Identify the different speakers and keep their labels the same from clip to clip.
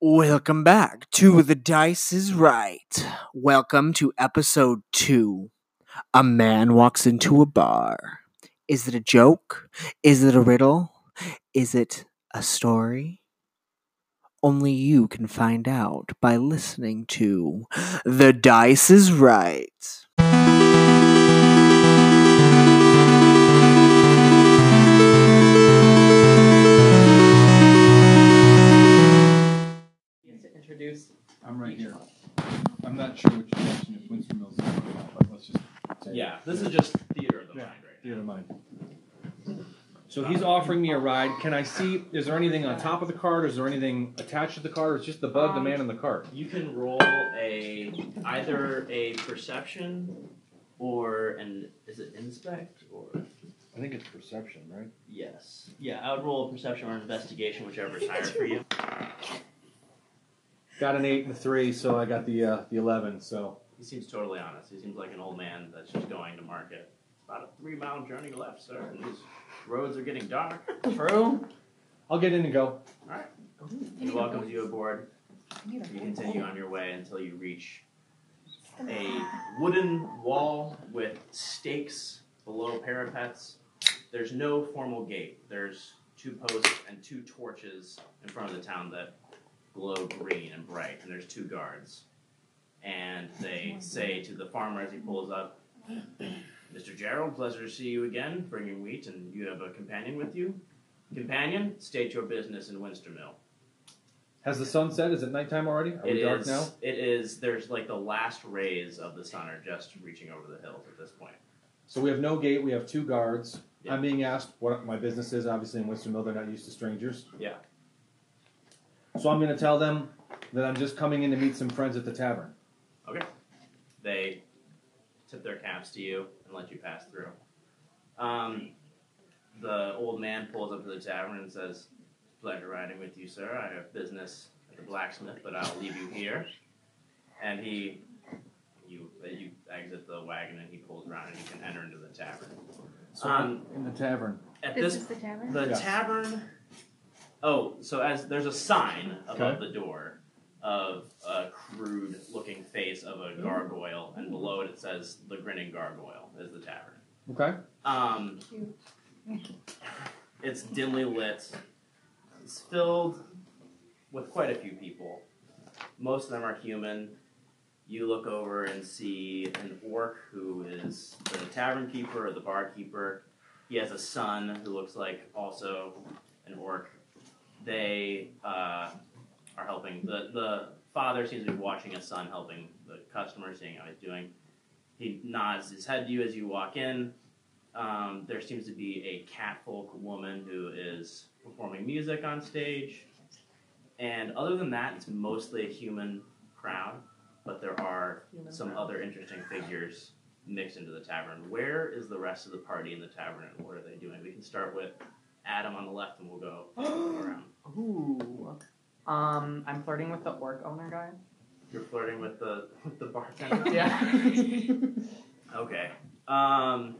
Speaker 1: Welcome back to The Dice is Right. Welcome to episode two. A man walks into a bar. Is it a joke? Is it a riddle? Is it a story? Only you can find out by listening to The Dice is Right.
Speaker 2: introduce.
Speaker 3: I'm right here. I'm not sure which direction if Winston Mills is going or not, but let's just. say-
Speaker 4: Yeah, this is just theater of the mind right
Speaker 3: Theater of mind.
Speaker 4: now. So he's offering me a ride. Can I see? Is there anything on top of the cart? Is there anything attached to the cart? Or is just the bug, the man, and the cart?
Speaker 5: You can roll a either a perception or an is it inspect or
Speaker 3: I think it's perception, right?
Speaker 5: yes. Yeah, I would roll a perception or an investigation, whichever is higher for you.
Speaker 4: Got an eight and a three, so I got the uh, the eleven. So
Speaker 5: He seems totally honest. He seems like an old man that's just going to market. About a three mile journey left, sir. And these roads are getting dark.
Speaker 4: true. I'll get in and go.
Speaker 5: He welcomes you aboard. You continue on your way until you reach a wooden wall with stakes below parapets. There's no formal gate. There's two posts and two torches in front of the town that glow green and bright, and there's two guards. And they say to the farmer as he pulls up, Mr. Gerald, pleasure to see you again, bringing wheat, and you have a companion with you. Companion, state your business in Winstermill.
Speaker 4: Has the sun set? Is it nighttime already? Are we
Speaker 5: It
Speaker 4: dark
Speaker 5: is-
Speaker 4: now?
Speaker 5: It is. There's like the last rays of the sun are just reaching over the hills at this point.
Speaker 4: So we have no gate. We have two guards.
Speaker 5: Yeah.
Speaker 4: I'm being asked what my business is. Obviously, in Winston Mill, they're not used to strangers.
Speaker 5: Yeah.
Speaker 4: So I'm going to tell them that I'm just coming in to meet some friends at the tavern.
Speaker 5: They tip their caps to you and let you pass through. Um, the old man pulls up to the tavern and says, "Pleasure riding with you, sir. I have business at the blacksmith, but I'll leave you here." And he, you, you exit the wagon and he pulls around and you can enter into the tavern.
Speaker 4: So
Speaker 5: Um,
Speaker 3: In the tavern.
Speaker 5: At
Speaker 2: This
Speaker 5: this
Speaker 2: is the tavern.
Speaker 5: The
Speaker 4: Yeah.
Speaker 5: tavern. Oh, so as there's a sign above
Speaker 4: Okay.
Speaker 5: the door of a crude-looking face of
Speaker 4: Mm-hmm.
Speaker 5: a gargoyle, and below it it says "The Grinning Gargoyle" is the tavern.
Speaker 4: okay.
Speaker 5: Um, it's dimly lit. It's filled with quite a few people. Most of them are human. You look over and see an orc who is the tavern keeper or the barkeeper. He has a son who looks like also an orc. They uh, are helping. The, the father seems to be watching his son helping the customer, seeing how he's doing. He nods his head to you as you walk in. Um, there seems to be a cat folk woman who is performing music on stage. And other than that, it's mostly a human crowd, but there are some other interesting figures mixed into the tavern. Where is the rest of the party in the tavern and what are they doing? We can start with Adam on the left and we'll go around.
Speaker 2: Ooh. Um, I'm flirting with the orc owner guy.
Speaker 5: You're flirting with the with the bartender.
Speaker 2: Yeah.
Speaker 5: Okay. Um,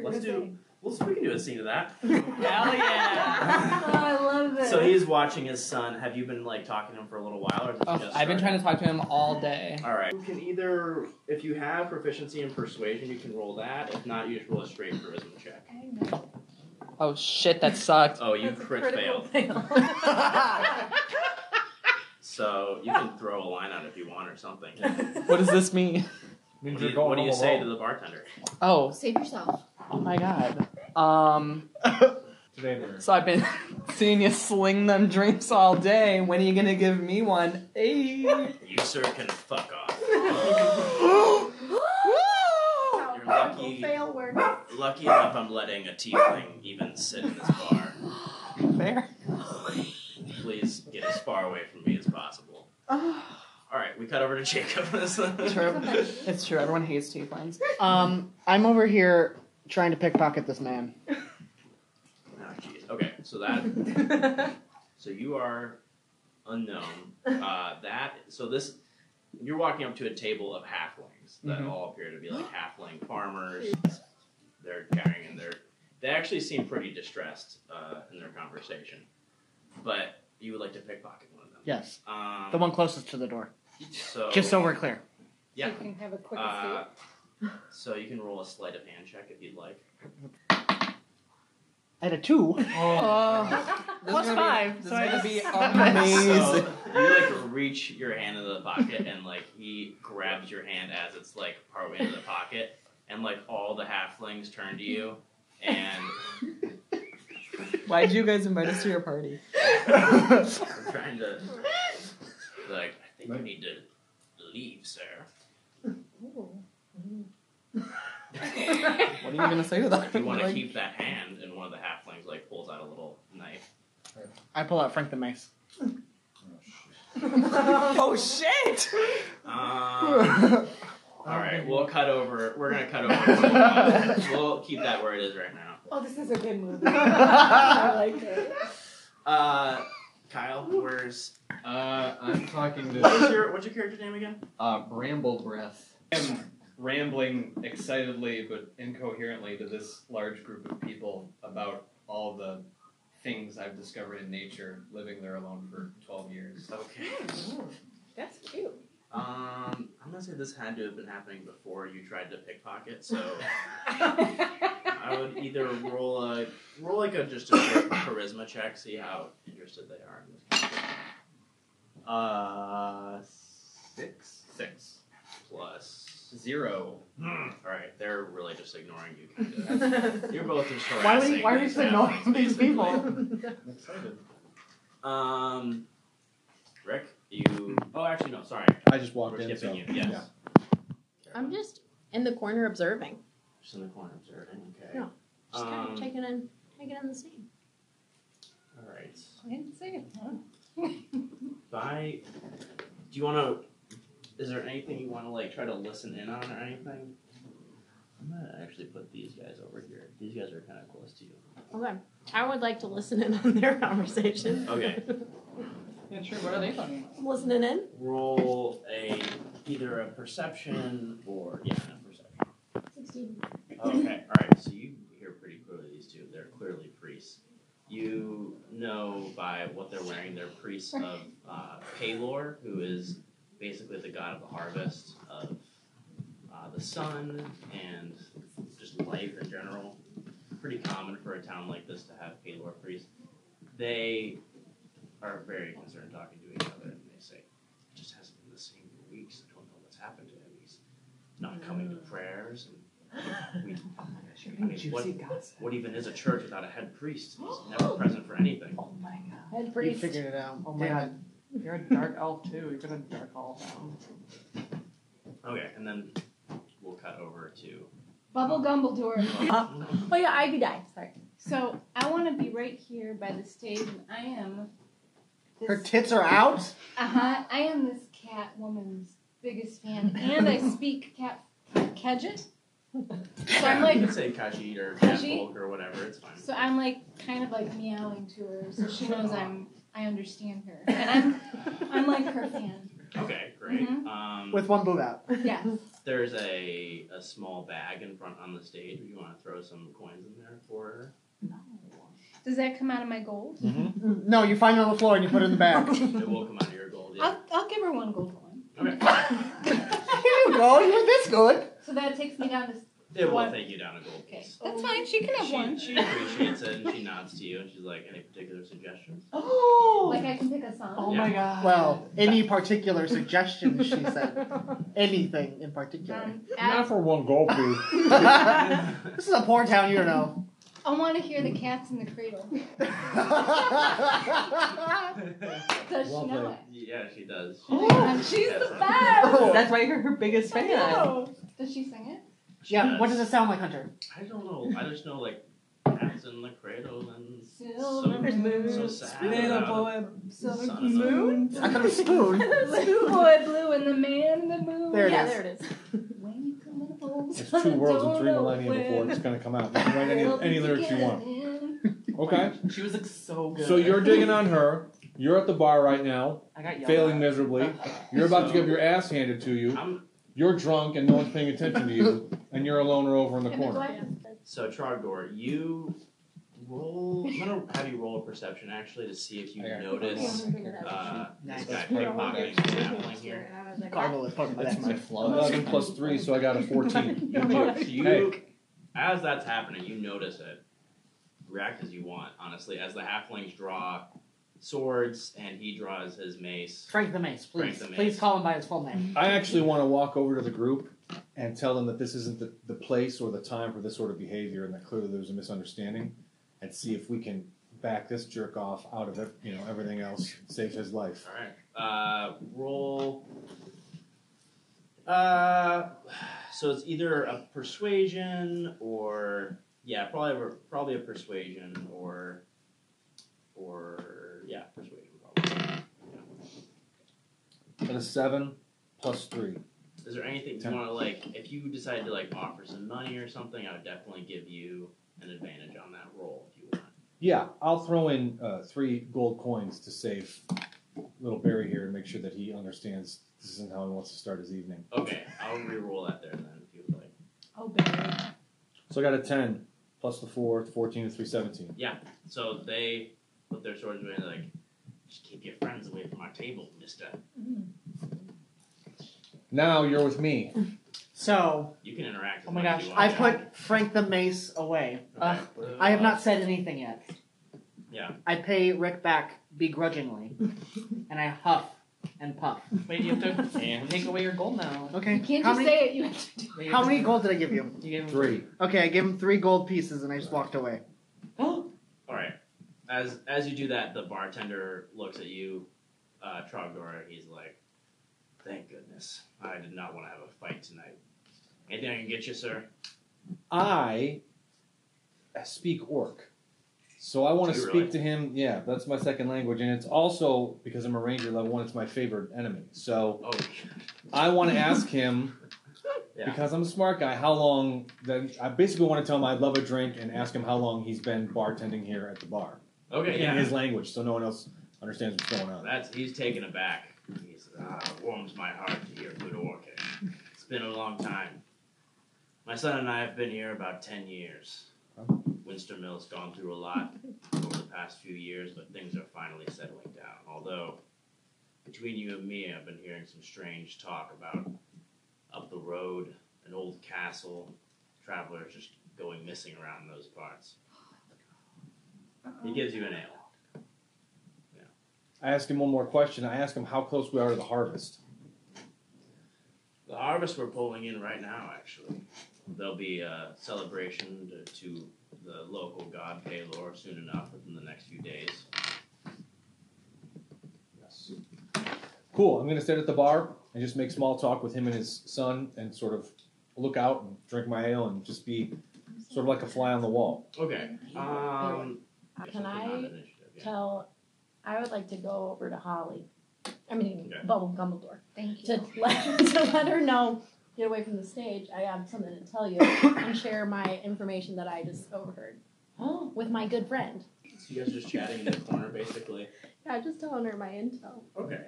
Speaker 5: let's do. Well, we can do a scene of that.
Speaker 2: Hell yeah.
Speaker 6: Oh, I love it.
Speaker 5: So he's watching his son. Have you been like talking to him for a little while, or is it
Speaker 7: Oh,
Speaker 5: just
Speaker 7: I've been
Speaker 5: started?
Speaker 7: trying to talk to him all day.
Speaker 5: All right. You can either, if you have proficiency in persuasion, you can roll that. If not, you just roll a straight charisma check.
Speaker 6: I know.
Speaker 7: Oh shit, that sucked.
Speaker 5: Oh, you
Speaker 6: That's a
Speaker 5: crit
Speaker 6: critical
Speaker 5: failed.
Speaker 6: fail.
Speaker 5: So you can throw a line out if you want or something.
Speaker 7: What does this mean?
Speaker 5: What do you, what do you say to the bartender?
Speaker 7: Oh,
Speaker 6: Save yourself.
Speaker 7: oh my god. Um,
Speaker 4: Today we're-
Speaker 7: so I've been seeing you sling them drinks all day. When are you gonna give me one? Hey.
Speaker 5: You sir can fuck off.
Speaker 6: How
Speaker 5: You're
Speaker 6: critical
Speaker 5: lucky.
Speaker 6: fail works.
Speaker 5: Lucky enough, I'm letting a tiefling even sit in this bar.
Speaker 7: Fair.
Speaker 5: Please get as far away from me as possible.
Speaker 6: Oh.
Speaker 5: All right, we cut over to Jacob. Oh,
Speaker 7: True. It's true. Everyone hates tieflings. Um, I'm over here trying to pickpocket this man.
Speaker 5: Oh, jeez. Okay, so that so you are unknown. Uh, that so this you're walking up to a table of halflings that
Speaker 7: Mhm.
Speaker 5: all appear to be like halfling farmers. They're carrying in their. They actually seem pretty distressed uh, in their conversation, but You would like to pickpocket one of them.
Speaker 7: Yes.
Speaker 5: Um,
Speaker 7: The one closest to the door.
Speaker 5: So,
Speaker 7: Just so we're clear.
Speaker 5: Yeah.
Speaker 6: You can have a quick
Speaker 5: Uh,
Speaker 6: escape.
Speaker 5: so you can roll a sleight of hand check if you'd like.
Speaker 7: At a two. Plus
Speaker 4: gonna be-
Speaker 7: five.
Speaker 4: this
Speaker 7: so
Speaker 4: is
Speaker 7: I
Speaker 4: gonna
Speaker 7: just
Speaker 4: be
Speaker 7: seven.
Speaker 4: amazing.
Speaker 5: So you like reach your hand into the pocket and like he grabs your hand as it's like partway into the pocket and like all the halflings turn to you and
Speaker 8: Why'd you guys invite us to your party?
Speaker 5: I'm trying to like I think you need to leave, sir.
Speaker 6: Ooh.
Speaker 8: What are you gonna say to that?
Speaker 5: If you want to
Speaker 8: Like,
Speaker 5: keep that hand, and one of the halflings like pulls out a little knife.
Speaker 7: I pull out Frank the Mace.
Speaker 3: Oh, shit.
Speaker 8: oh shit!
Speaker 5: Um, all right, we'll cut over. We're gonna cut over. we'll keep that where it is right now.
Speaker 6: Oh, this is a good movie. I like it.
Speaker 5: Uh, Kyle, where's
Speaker 3: Uh, I'm talking
Speaker 5: what's
Speaker 3: to
Speaker 5: your what's your character name again?
Speaker 3: uh, Bramble Breath.
Speaker 4: am rambling excitedly but incoherently to this large group of people about all the things I've discovered in nature living there alone for 12 years.
Speaker 5: Okay.
Speaker 6: That's cute.
Speaker 5: Um, I'm gonna say this had to have been happening before you tried to pickpocket, so I would either roll a roll like a just a quick charisma check, see how interested they are. in this.
Speaker 4: Uh, six? Six.
Speaker 5: Plus,
Speaker 4: Zero.
Speaker 5: all right, they're really just ignoring you. Kind of. You're both just
Speaker 7: Why would
Speaker 5: harassing
Speaker 7: why are you
Speaker 5: these
Speaker 7: ignoring
Speaker 5: families,
Speaker 7: these
Speaker 5: basically.
Speaker 7: people?
Speaker 3: I'm excited.
Speaker 5: Um, Rick, you. Oh, actually, no. Sorry,
Speaker 3: I just walked
Speaker 5: we're
Speaker 3: in. So,
Speaker 5: skipping you. Yes.
Speaker 3: yeah.
Speaker 9: I'm just in the corner observing.
Speaker 5: Just in the corner observing. Okay.
Speaker 9: No, Just kind
Speaker 5: Um,
Speaker 9: of taking in taking in the scene.
Speaker 5: all right.
Speaker 6: I didn't say it. Huh?
Speaker 5: By, do you want to? Is there anything you want to like try to listen in on or anything? I'm gonna actually put these guys over here. These guys are kind of close to you.
Speaker 9: Okay. I would like to listen in on their conversation.
Speaker 5: Okay.
Speaker 8: Yeah, sure. What are they talking about?
Speaker 9: I'm listening in.
Speaker 5: Roll a either a perception or yeah, a perception.
Speaker 9: Sixteen.
Speaker 5: Okay, all right. So you hear pretty clearly these two. They're clearly priests. You know by what they're wearing, they're priests of uh, Palor, who is basically the god of the harvest, of uh, the sun, and just life in general. Pretty common for a town like this to have Palor priests. They are very concerned talking to each other, and they say, "He just hasn't been the same for weeks. I don't know what's happened to him. He's not coming to prayers." And we, I mean, what, what even is a church without a head priest? He's never present for anything.
Speaker 8: Oh my god.
Speaker 9: Head
Speaker 7: You
Speaker 9: priest.
Speaker 7: figured it out.
Speaker 8: Oh my
Speaker 7: Damn
Speaker 8: god. You're a dark elf too. You're gonna dark all down.
Speaker 5: Okay, and then we'll cut over to.
Speaker 6: Bubble Gumbledore.
Speaker 9: Oh yeah, Ivy died. Sorry.
Speaker 6: So I want to be right here by the stage, and I am.
Speaker 7: it.
Speaker 6: This,
Speaker 7: Her tits are out.
Speaker 6: Uh huh. I am this cat woman's biggest fan, and I speak cat Kajit. So I'm
Speaker 5: you
Speaker 6: like,
Speaker 5: can say Khajiit or
Speaker 6: Khajiit?
Speaker 5: Kajit or whatever, it's fine.
Speaker 6: so I'm like, kind of like meowing to her, so she knows I'm, I understand her, and I'm, I'm like her fan.
Speaker 5: Okay, great.
Speaker 6: Mhm.
Speaker 5: Um,
Speaker 7: With one boob out.
Speaker 6: Yes.
Speaker 5: there's a, a small bag in front on the stage. You want to throw some coins in there for her?
Speaker 6: Does that come out of my gold?
Speaker 7: No, you find it on the floor and you put it in the bag. Here
Speaker 5: It will come out of your gold. Yeah.
Speaker 6: I'll, I'll give her one gold coin.
Speaker 5: Okay.
Speaker 7: you go. You were this good.
Speaker 6: So that takes me down to.
Speaker 5: It will
Speaker 6: What?
Speaker 5: take you down a gold
Speaker 6: Okay,
Speaker 5: piece.
Speaker 6: that's fine. She can have one.
Speaker 5: She, she appreciates it and she nods to you and she's like, any particular suggestions?
Speaker 8: Oh.
Speaker 6: Like I can pick a song.
Speaker 8: oh my god.
Speaker 7: Well, any particular suggestions? She said anything in particular.
Speaker 6: Um, Ab-
Speaker 4: for one gold, please.
Speaker 7: this is a poor town, you don't know.
Speaker 6: I want to hear the cats in the cradle. Does she know it?
Speaker 5: Yeah, she does. She-
Speaker 8: Oh,
Speaker 6: She's
Speaker 5: Yes.
Speaker 6: the best.
Speaker 8: That's why you're her biggest
Speaker 6: I
Speaker 8: fan.
Speaker 6: know. Does she sing it?
Speaker 5: she
Speaker 7: yeah. What
Speaker 5: does.
Speaker 7: does it sound like, Hunter?
Speaker 5: I don't know. I just know like cats in the cradle and
Speaker 6: Silver
Speaker 5: some,
Speaker 6: moon,
Speaker 5: so sad
Speaker 8: Little
Speaker 5: about
Speaker 8: boy.
Speaker 5: son
Speaker 6: silver
Speaker 5: of a-
Speaker 6: moon.
Speaker 7: I thought it was spoon.
Speaker 6: Blue boy blue and the man in the moon.
Speaker 7: There it
Speaker 9: yeah,
Speaker 7: is.
Speaker 9: there it is.
Speaker 6: When you come to hold
Speaker 10: It's
Speaker 6: on,
Speaker 10: two
Speaker 6: I
Speaker 10: worlds
Speaker 6: don't
Speaker 10: and three
Speaker 6: know
Speaker 10: millennia before
Speaker 6: when
Speaker 10: it's gonna come out. You can write
Speaker 6: we'll
Speaker 10: any,
Speaker 6: be
Speaker 10: any lyrics you want.
Speaker 6: together.
Speaker 10: Okay.
Speaker 8: She was like so good.
Speaker 10: So you're digging on her. You're at the bar right now,
Speaker 8: I got yelled
Speaker 10: failing
Speaker 8: at.
Speaker 10: miserably. You're about to
Speaker 5: So-
Speaker 10: get your ass handed to you.
Speaker 5: I'm,
Speaker 10: You're drunk and no one's paying attention to you, and you're a loner over in the
Speaker 6: Can I go
Speaker 10: corner.
Speaker 6: out?
Speaker 5: so Trogdor, you roll. I'm gonna have you roll a perception actually to see if you
Speaker 10: Okay.
Speaker 5: notice uh,
Speaker 7: Nice.
Speaker 5: this guy pickpocketing and gambling here.
Speaker 7: Carnival is fucking
Speaker 10: That's
Speaker 7: that's
Speaker 10: my
Speaker 7: my
Speaker 4: flaw.
Speaker 10: Eleven plus three, so I got a fourteen. You do.
Speaker 5: You,
Speaker 10: Hey.
Speaker 5: as that's happening, you notice it. React as you want, honestly. As the halflings draw swords and he draws his mace.
Speaker 7: Frank the Mace, please.
Speaker 5: Frank the Mace.
Speaker 7: Please call him by his full name.
Speaker 10: I actually want to walk over to the group and tell them that this isn't the, the place or the time for this sort of behavior, and that clearly there's a misunderstanding, and see if we can back this jerk off out of ev- you know everything else, save his life.
Speaker 5: All right. Uh, roll. Uh, so it's either a persuasion or yeah, probably a, probably a persuasion or or yeah, persuasion probably.
Speaker 10: And a seven plus three.
Speaker 5: Is there anything you
Speaker 10: Ten.
Speaker 5: want to like? If you decide to like offer some money or something, I would definitely give you an advantage on that roll if you want.
Speaker 10: Yeah, I'll throw in uh, three gold coins to save little Barry here and make sure that he understands this isn't how he wants to start his evening.
Speaker 5: Okay, I'll re-roll that there then if you would like.
Speaker 9: Oh, baby.
Speaker 10: So I got a ten plus the four, fourteen and three, seventeen.
Speaker 5: So they put their swords away and they're like, just keep your friends away from our table, mister.
Speaker 10: Now you're with me.
Speaker 7: So,
Speaker 5: You can interact. As
Speaker 7: oh my
Speaker 5: much as
Speaker 7: gosh,
Speaker 5: you want.
Speaker 7: I put uh, Frank the Mace away.
Speaker 5: Okay.
Speaker 7: Ugh, I have not said anything yet.
Speaker 5: Yeah.
Speaker 7: I pay Rick back begrudgingly, and I huff and puff.
Speaker 8: Wait, you have to
Speaker 5: And-
Speaker 8: take away your gold now.
Speaker 7: Okay.
Speaker 6: You can't
Speaker 7: how
Speaker 6: just
Speaker 7: many,
Speaker 6: say it. You have to do
Speaker 8: Wait,
Speaker 7: How many gold did I give you?
Speaker 8: You gave him
Speaker 10: Three.
Speaker 7: Okay, I gave him three gold pieces, and I just walked away.
Speaker 8: Oh,
Speaker 5: All right. As as you do that, the bartender looks at you, uh, Trogdor, and he's like, "Thank goodness, I did not want to have a fight tonight. Anything I can get you, sir?
Speaker 10: I speak orc. So I want to
Speaker 5: Do you
Speaker 10: speak
Speaker 5: really?
Speaker 10: to him. Yeah, that's my second language. And it's also because I'm a ranger level one, it's my favorite enemy. So
Speaker 5: Oh,
Speaker 10: I want to ask him,
Speaker 5: Yeah.
Speaker 10: because I'm a smart guy, how long. Then I basically want to tell him I'd love a drink and ask him how long he's been bartending here at the bar
Speaker 5: okay,
Speaker 10: in
Speaker 5: yeah.
Speaker 10: his language so no one else understands what's going on.
Speaker 5: That's he's taken aback. He's ah, it warms my heart to hear good orchid. It's been a long time. My son and I have been here about ten years. Winston Mill's gone through a lot over the past few years, but things are finally settling down. Although, between you and me, I've been hearing some strange talk about up the road, an old castle, travelers just going missing around those parts.
Speaker 6: Uh-uh.
Speaker 5: He gives you an ale.
Speaker 10: I ask him one more question. I ask him how close we are to the harvest.
Speaker 5: The harvest we're pulling in right now, actually. There'll be a celebration to, to the local god Palor soon enough, within the next few days.
Speaker 10: Yes. Cool. I'm going to sit at the bar and just make small talk with him and his son and sort of look out and drink my ale and just be sort of like a fly on the wall.
Speaker 5: Okay. Um,
Speaker 9: Uh, Can
Speaker 5: yes, we're not
Speaker 9: I
Speaker 5: initiative, yeah.
Speaker 9: tell? I would like to go over to Holly. I mean,
Speaker 5: Okay.
Speaker 9: Bubble Gumbledore.
Speaker 6: Thank
Speaker 9: to
Speaker 6: you.
Speaker 9: let, to let her know, get away from the stage. I have something to tell you and share my information that I just overheard
Speaker 8: Oh.
Speaker 9: with my good friend.
Speaker 5: So you guys are just chatting in the corner, basically.
Speaker 9: Yeah, just telling her my intel.
Speaker 5: Okay.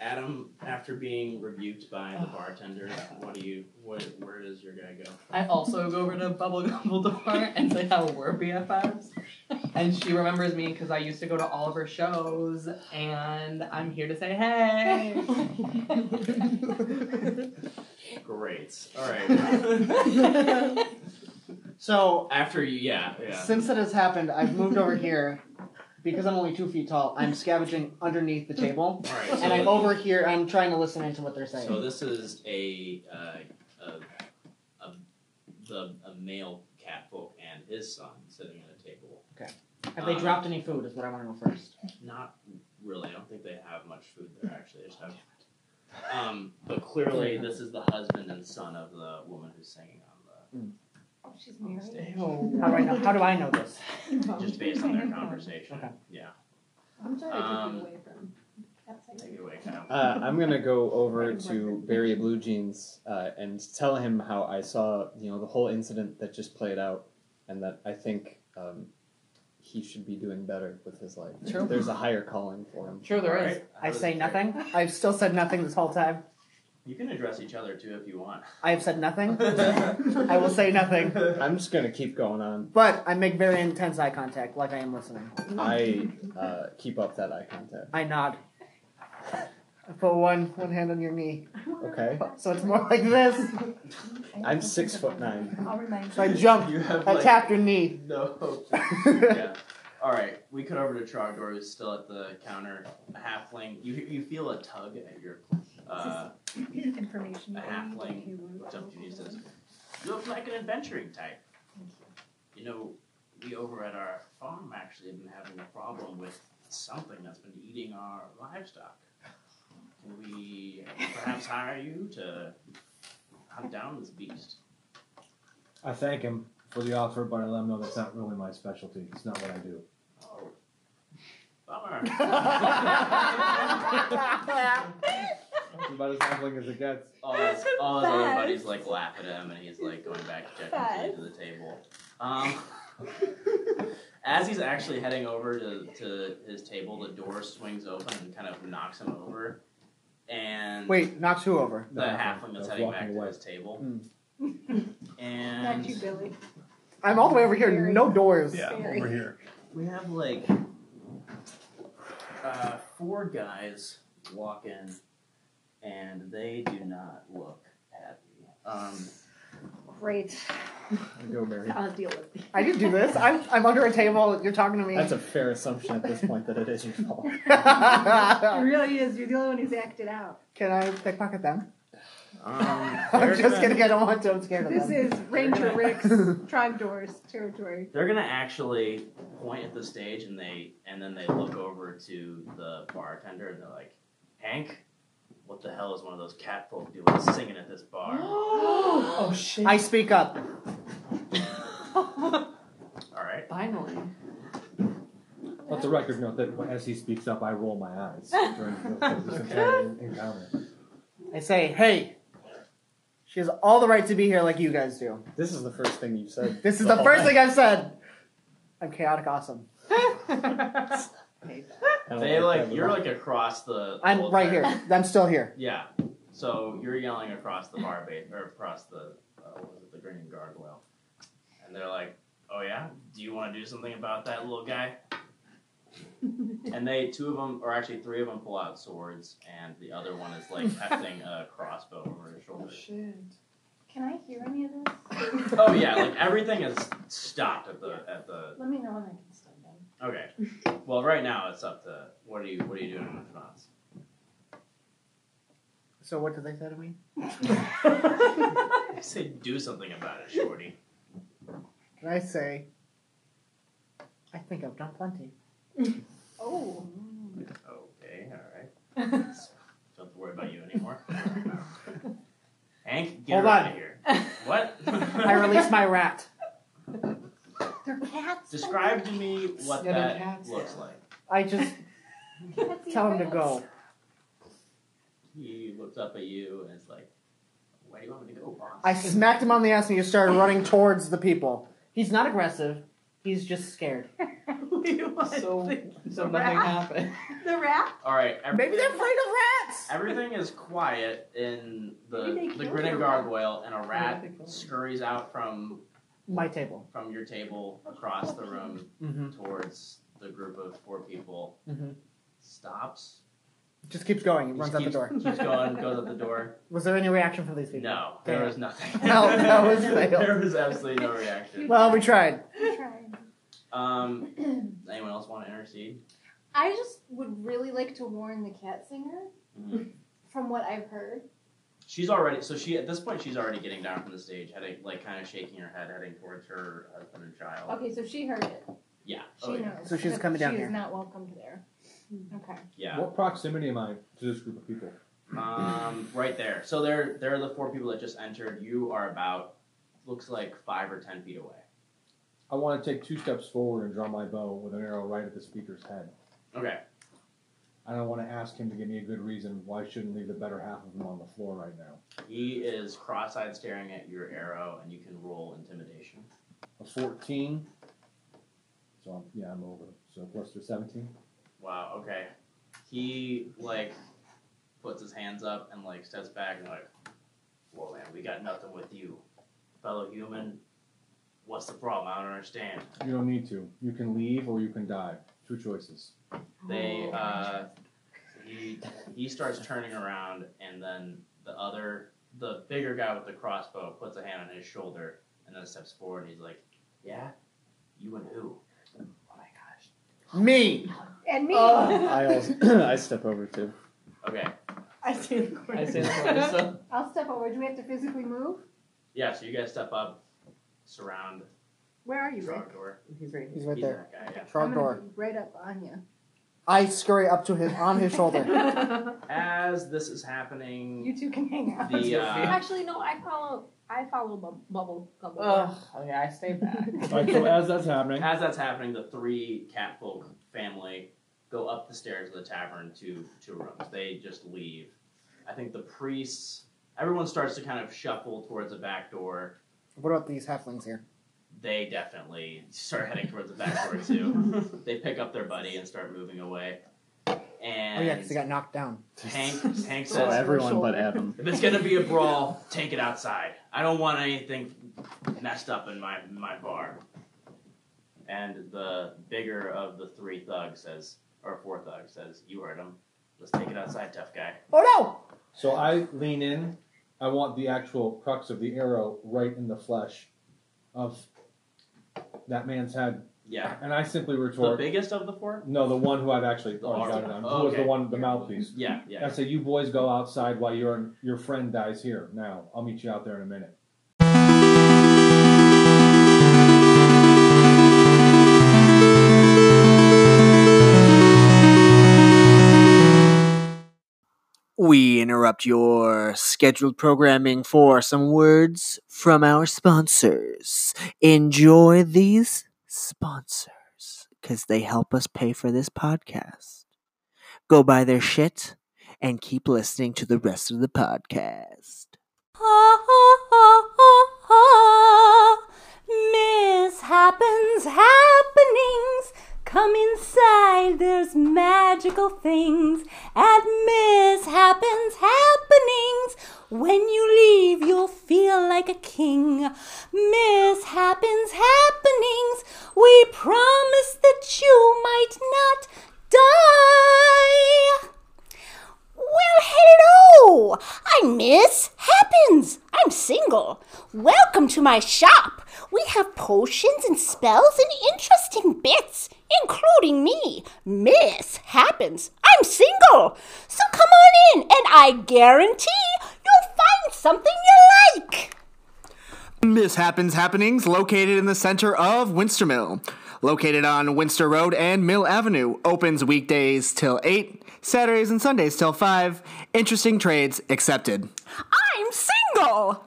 Speaker 5: Adam, after being rebuked by the bartender, what do you? What? Where does your guy go?
Speaker 8: I also go over to Bubble Gumbledore and say how we're BFFs. And she remembers me because I used to go to all of her shows, and I'm here to say hey.
Speaker 5: Great. All right.
Speaker 7: So,
Speaker 5: after you, yeah, yeah.
Speaker 7: since that has happened, I've moved over here because I'm only two feet tall. I'm scavenging underneath the table,
Speaker 5: All right. so-
Speaker 7: and I'm over here. I'm trying to listen into what they're saying.
Speaker 5: So this is a uh, a, a, the, a male catfolk and his son sitting at a table. Um,
Speaker 7: Have they dropped any food? Is what I want to know first.
Speaker 5: Not really. I don't think they have much food there. Actually, they just have. Um, but clearly, this is the husband and son of the woman who's singing on
Speaker 7: Hmm.
Speaker 6: Oh, She's married.
Speaker 7: How do I know? How do I know this?
Speaker 5: the. Just based on their conversation.
Speaker 7: Okay.
Speaker 5: Yeah.
Speaker 6: I'm sorry I took
Speaker 5: Um,
Speaker 6: you away from that segment.
Speaker 5: Take it away, Kyle.
Speaker 11: Uh, I'm gonna go over to Barry Blue Jeans uh, and tell him how I saw, you know, the whole incident that just played out, and that I think um, he should be doing better with his life.
Speaker 8: True.
Speaker 11: There's a higher calling for him.
Speaker 7: Sure, there is.
Speaker 5: Alright, how
Speaker 7: I
Speaker 5: does
Speaker 7: say
Speaker 5: it-
Speaker 7: nothing. I've still said nothing this whole time.
Speaker 5: You can address each other too if you want.
Speaker 7: I have said nothing. I will say nothing.
Speaker 11: I'm just gonna keep going on.
Speaker 7: But I make very intense eye contact, like I am listening.
Speaker 11: I uh, keep up that eye contact.
Speaker 7: I nod. I put one one hand on your knee,
Speaker 11: Okay.
Speaker 7: so it's more like this.
Speaker 11: I'm six foot nine.
Speaker 6: I'll remind
Speaker 7: So I jump.
Speaker 5: You have,
Speaker 7: I
Speaker 5: like-
Speaker 7: tapped your knee.
Speaker 5: No. yeah. All right. We cut over to Trogdor, who's still at the counter. A halfling. You you feel a tug at your uh,
Speaker 6: information.
Speaker 5: a halfling. What's up to you? He Says, "You "Look like an adventuring type." You know, we over at our farm actually have been having a problem with something that's been eating our livestock. Can we perhaps hire you to hunt down this beast?
Speaker 10: I thank him for the offer, but I let him know that's not really my specialty. It's not what I do.
Speaker 5: Oh, bummer.
Speaker 10: That's about as humbling as it gets.
Speaker 5: all his, all his other
Speaker 6: Best.
Speaker 5: buddies like laugh at him, and he's like going back checking
Speaker 6: Best.
Speaker 5: to the table. Um, as he's actually heading over to, to his table, the door swings open and kind of knocks him over. And
Speaker 7: Wait, knocks who over?
Speaker 5: the halfling that's
Speaker 10: That's
Speaker 5: heading
Speaker 10: walking
Speaker 5: back
Speaker 10: away.
Speaker 5: to his table.
Speaker 7: Mm.
Speaker 5: And
Speaker 6: Billy.
Speaker 7: I'm all the way over here. No doors.
Speaker 3: Yeah,
Speaker 6: Scary.
Speaker 3: over here.
Speaker 5: we have like uh, four guys walk in, and they do not look happy. Um,
Speaker 6: Great.
Speaker 11: I go Mary.
Speaker 6: I'll deal with it.
Speaker 7: I didn't do this. I'm, I'm under a table. You're talking to me.
Speaker 11: That's a fair assumption at this point that it is your fault.
Speaker 6: It really is. You're the only one who's acted out.
Speaker 7: Can I pickpocket them?
Speaker 5: um,
Speaker 7: I'm
Speaker 5: they're
Speaker 7: just
Speaker 5: gonna-
Speaker 7: kidding. I don't want to. I'm scared of
Speaker 6: This
Speaker 7: them.
Speaker 6: is Ranger Rick's Trogdor's territory.
Speaker 5: They're gonna actually point at the stage and they and then they look over to the bartender and they're like, Hank, what the hell is one of those cat folk doing singing at this bar?
Speaker 8: oh shit!
Speaker 7: I speak up.
Speaker 5: Alright.
Speaker 8: Finally.
Speaker 10: Let the record note that as he speaks up, I roll my eyes during the- this entire encounter.
Speaker 7: I say, hey, she has all the right to be here like you guys do.
Speaker 11: This is the first thing you said.
Speaker 7: This is the
Speaker 6: Oh.
Speaker 10: Oh,
Speaker 11: whole
Speaker 7: first
Speaker 11: night.
Speaker 7: thing I've said. I'm chaotic awesome.
Speaker 11: I don't
Speaker 5: They
Speaker 11: like
Speaker 5: like
Speaker 11: that
Speaker 5: you're
Speaker 11: at all.
Speaker 5: like across the the
Speaker 7: I'm
Speaker 5: whole
Speaker 7: right
Speaker 5: entire-
Speaker 7: here. I'm still here.
Speaker 5: Yeah. So you're yelling across the bar bait or across the uh, what was it, the green gargoyle. And they're like, Oh yeah? Do you wanna do something about that little guy? and they two of them or actually three of them pull out swords and the other one is like hefting a crossbow over his shoulder.
Speaker 8: shit.
Speaker 6: Can I hear any of this?
Speaker 5: Oh yeah, like everything is stopped at the at the.
Speaker 6: Let me know when I can start them.
Speaker 5: Okay. Well, right now it's up to what are you what are you doing in response?
Speaker 7: So what did they say to me?
Speaker 5: I say do something about it, Shorty.
Speaker 7: And I say, I think I've done plenty.
Speaker 6: Oh.
Speaker 5: Okay, all right. Don't have to worry about you anymore. Hank, get
Speaker 7: Hold
Speaker 5: her
Speaker 7: on.
Speaker 5: out of here. What?
Speaker 7: I release my rat.
Speaker 6: They're cats.
Speaker 5: Describe to me what
Speaker 8: Yeah, they're
Speaker 5: that
Speaker 8: cats.
Speaker 5: looks like.
Speaker 7: I just
Speaker 6: Cats eat
Speaker 7: tell him to
Speaker 6: rats.
Speaker 7: go.
Speaker 5: He looks up at you and is like, "Where do you want me to go, boss?"
Speaker 7: I smacked him on the ass and he just started running towards the people. He's not aggressive. He's just scared.
Speaker 6: What do you want?
Speaker 8: So so
Speaker 6: The
Speaker 8: nothing
Speaker 6: rat.
Speaker 8: happened.
Speaker 6: The rat?
Speaker 5: All right. every-
Speaker 7: Maybe they're afraid of rats.
Speaker 5: Everything is quiet in the
Speaker 6: Maybe they
Speaker 5: the
Speaker 6: killed
Speaker 5: grinning
Speaker 6: her rat.
Speaker 5: gargoyle, and a rat
Speaker 8: they killed her.
Speaker 5: scurries out from
Speaker 7: My table.
Speaker 5: from your table across the room
Speaker 7: Mm-hmm.
Speaker 5: towards the group of four people.
Speaker 7: Mm-hmm.
Speaker 5: Stops.
Speaker 7: Just keeps going. He
Speaker 5: just
Speaker 7: runs out the
Speaker 5: keeps,
Speaker 7: door.
Speaker 5: Keeps going. Goes out the door.
Speaker 7: Was there any reaction from these people?
Speaker 5: No, there
Speaker 7: Damn.
Speaker 5: was nothing.
Speaker 7: No, that was fail.
Speaker 5: there was absolutely no reaction.
Speaker 7: Well, we tried.
Speaker 6: I'm trying.
Speaker 5: Um, anyone else want to intercede?
Speaker 6: I just would really like to warn the cat singer
Speaker 9: Mm-hmm.
Speaker 6: from what I've heard.
Speaker 5: She's already so she at this point she's already getting down from the stage, heading like kind of shaking her head, heading towards her husband and child.
Speaker 6: Okay, so she heard it.
Speaker 5: Yeah.
Speaker 6: She
Speaker 5: Oh, yeah.
Speaker 6: knows.
Speaker 7: So she's
Speaker 6: that
Speaker 7: coming down
Speaker 6: she
Speaker 7: here.
Speaker 6: is not welcome there.
Speaker 9: Mm-hmm.
Speaker 6: Okay.
Speaker 5: yeah.
Speaker 10: What proximity am I to this group of people?
Speaker 5: Um, right there. So there, there are the four people that just entered. You are about looks like five or ten feet away.
Speaker 10: I want to take two steps forward and draw my bow with an arrow right at the speaker's head.
Speaker 5: Okay.
Speaker 10: And I want to ask him to give me a good reason why I shouldn't leave the better half of him on the floor right now.
Speaker 5: He is cross-eyed staring at your arrow, and you can roll intimidation.
Speaker 10: A 14. So I'm, yeah, I'm over. So plus the 17.
Speaker 5: Wow. Okay. He like puts his hands up and like steps back and like, "Whoa, man, we got nothing with you, fellow human. What's the problem? I don't understand."
Speaker 10: You don't need to. You can leave or you can die. Two choices.
Speaker 12: Oh
Speaker 5: They uh, he he starts turning around, and then the other, the bigger guy with the crossbow, puts a hand on his shoulder, and then steps forward, and he's like, "Yeah, you and who?"
Speaker 7: Me. Oh.
Speaker 12: And me.
Speaker 9: Oh.
Speaker 11: I also, I step over too.
Speaker 5: Okay.
Speaker 12: I stay in the corner.
Speaker 5: I stay in the corner, so-
Speaker 12: I'll step over. Do we have to physically move?
Speaker 5: Yeah, so you guys step up, surround
Speaker 12: Where are you, Rick?
Speaker 5: frog door.
Speaker 8: He's right.
Speaker 7: He's right there.
Speaker 5: That guy, yeah.
Speaker 7: Frog
Speaker 12: I'm gonna
Speaker 7: door.
Speaker 12: be Right up on you.
Speaker 7: I scurry up to his on his shoulder.
Speaker 5: As this is happening,
Speaker 12: You two can hang out.
Speaker 5: The, uh,
Speaker 12: Actually, no. I follow. I follow Bub- Bubble. Bubble.
Speaker 8: Ugh. Okay, I stay back.
Speaker 10: as that's happening,
Speaker 5: as that's happening, the three catfolk family go up the stairs of the tavern to to rooms. They just leave. I think the priests. Everyone starts to kind of shuffle towards the back door.
Speaker 7: What about these halflings here?
Speaker 5: They definitely start heading towards the back door too. they pick up their buddy and start moving away. And
Speaker 7: Oh yeah, because they got knocked down.
Speaker 5: Tank, Tank
Speaker 11: So
Speaker 5: says,
Speaker 11: everyone but Adam.
Speaker 5: If it's gonna be a brawl, take it outside. I don't want anything messed up in my my bar. And the bigger of the three thugs says, or four thugs says, "You heard him. Let's take it outside, tough guy."
Speaker 7: Oh
Speaker 10: So I lean in. I want the actual crux of the arrow right in the flesh of that man's head.
Speaker 5: Yeah.
Speaker 10: And I simply
Speaker 5: The
Speaker 10: retort.
Speaker 5: biggest of the four.
Speaker 10: No, the one who I've actually oh, I got it on. Who was the
Speaker 5: Okay.
Speaker 10: one, the mouthpiece?
Speaker 5: Yeah, yeah.
Speaker 10: I say, you boys go outside while your your friend dies here. Now, I'll meet you out there in a minute.
Speaker 1: We interrupt your scheduled programming for some words from our sponsors. Enjoy these sponsors because they help us pay for this podcast. Go buy their shit and keep listening to the rest of the podcast.
Speaker 13: Miss happens, happenings. Come inside, there's magical things at Miss Happens Happenings. When you leave, you'll feel like a king. Miss Happens Happenings, we promise that you might not die. Well, hello! I'm Miss Happens. I'm single. Welcome to my shop. We have potions and spells and interesting bits, including me. Miss Happens. I'm single. So come on in, and I guarantee you'll find something you like.
Speaker 1: Miss Happens Happenings, located in the center of Winstermill. Located on Winster Road and Mill Avenue. Opens weekdays till 8, Saturdays and Sundays till 5. Interesting trades accepted.
Speaker 13: I'm single.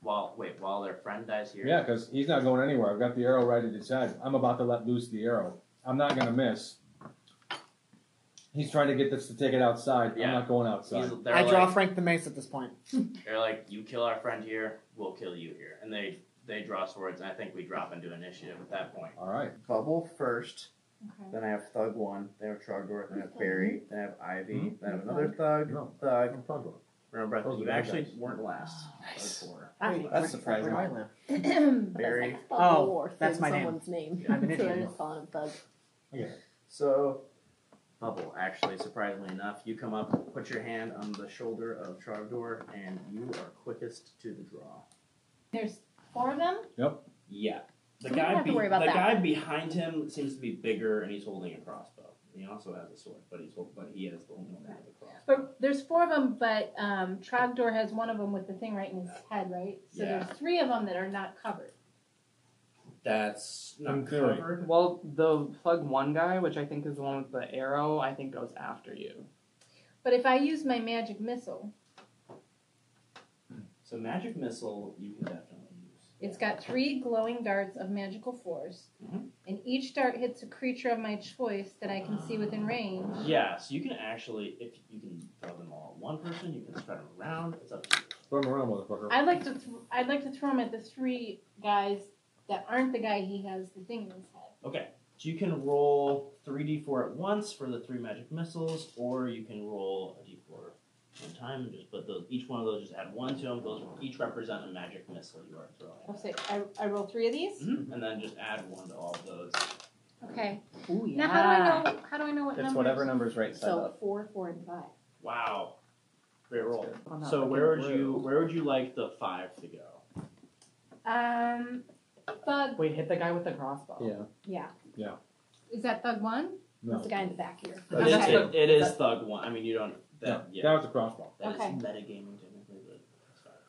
Speaker 5: While wait, while their friend dies here.
Speaker 10: Yeah, because he's not going anywhere. I've got the arrow right at his head. I'm about to let loose the arrow. I'm not going to miss. He's trying to get this to take it outside. I'm
Speaker 5: Yeah.
Speaker 10: not going outside.
Speaker 5: He's- they're
Speaker 7: I draw
Speaker 5: like-
Speaker 7: Frank the Mace at this point.
Speaker 5: They're like, "You kill our friend here, we'll kill you here," and they they draw swords, and I think we drop into initiative at that point.
Speaker 10: All right.
Speaker 5: Bubble first. Then I have Thug One. Then I have Trogdor. Then I have Barry. Then I have Ivy. Then I have another Thug. Thug. Remember,
Speaker 10: Those are
Speaker 5: you
Speaker 10: the big
Speaker 5: actually
Speaker 10: guys.
Speaker 5: weren't last. Nice.
Speaker 9: Wait,
Speaker 5: That's surprising.
Speaker 7: Where do I live?
Speaker 5: Barry.
Speaker 7: Oh,
Speaker 9: Or
Speaker 7: that's
Speaker 9: in
Speaker 7: my name.
Speaker 9: someone's name.
Speaker 7: I'm an
Speaker 9: so they're
Speaker 7: idiot.
Speaker 9: just calling him Thug.
Speaker 5: So, Bubble, actually, surprisingly enough, you come up, put your hand on the shoulder of Trogdor, and you are quickest to the draw.
Speaker 9: There's four of them.
Speaker 10: Yep.
Speaker 5: Yeah. The
Speaker 9: So we don't
Speaker 5: guy,
Speaker 9: have to
Speaker 5: be-
Speaker 9: worry about
Speaker 5: the
Speaker 9: that.
Speaker 5: guy behind him seems to be bigger, and he's holding a crossbow. He also has a sword, but he's hol- but he is the only one that has a crossbow.
Speaker 9: But there's four of them, but um, Trogdor has one of them with the thing right in his head, right? So
Speaker 5: Yeah.
Speaker 9: there's three of them that are not covered.
Speaker 5: That's
Speaker 10: In
Speaker 5: not
Speaker 10: theory.
Speaker 5: covered.
Speaker 8: Well, the plug one guy, which I think is the one with the arrow, I think goes after you.
Speaker 9: But if I use my magic missile,
Speaker 5: So magic missile, you can definitely use.
Speaker 9: it's got three glowing darts of magical force,
Speaker 10: Mm-hmm.
Speaker 5: Mhm.
Speaker 9: and each dart hits a creature of my choice that I can see within range.
Speaker 5: Yeah, so you can actually, if you can throw them all at one person, you can spread them around. It's up to you.
Speaker 10: Throw him around, motherfucker.
Speaker 9: I'd like to. Th- I'd like to throw him at the three guys that aren't the guy he has the thing in his head.
Speaker 5: Okay. So you can roll 3d4 at once for the three magic missiles, or you can roll a d4 one time and just put those. Each one of those just add one to them. Those each represent a magic missile you are throwing.
Speaker 9: I'll say I, I roll three of these.
Speaker 5: Mhm. And then just add one to all of those.
Speaker 9: Okay.
Speaker 5: Ooh,
Speaker 9: Now how do I know? How do I know what
Speaker 11: It's
Speaker 9: numbers?
Speaker 11: whatever numbers right side
Speaker 9: So
Speaker 11: up.
Speaker 9: four, four, and five.
Speaker 5: Wow. Great roll.
Speaker 9: I'm not
Speaker 5: So
Speaker 9: looking
Speaker 5: where would
Speaker 9: blue.
Speaker 5: you where would you like the five to go?
Speaker 9: Um, thug.
Speaker 8: Wait, hit the guy with the crossbow.
Speaker 11: Yeah.
Speaker 9: Yeah.
Speaker 10: Yeah.
Speaker 9: Is that thug one?
Speaker 10: No.
Speaker 9: That's the guy in the back here.
Speaker 5: It is, it, it is thug one. I mean you don't that yeah.
Speaker 10: Guy with the crossbow.
Speaker 5: That is
Speaker 9: Okay.
Speaker 5: metagaming technically,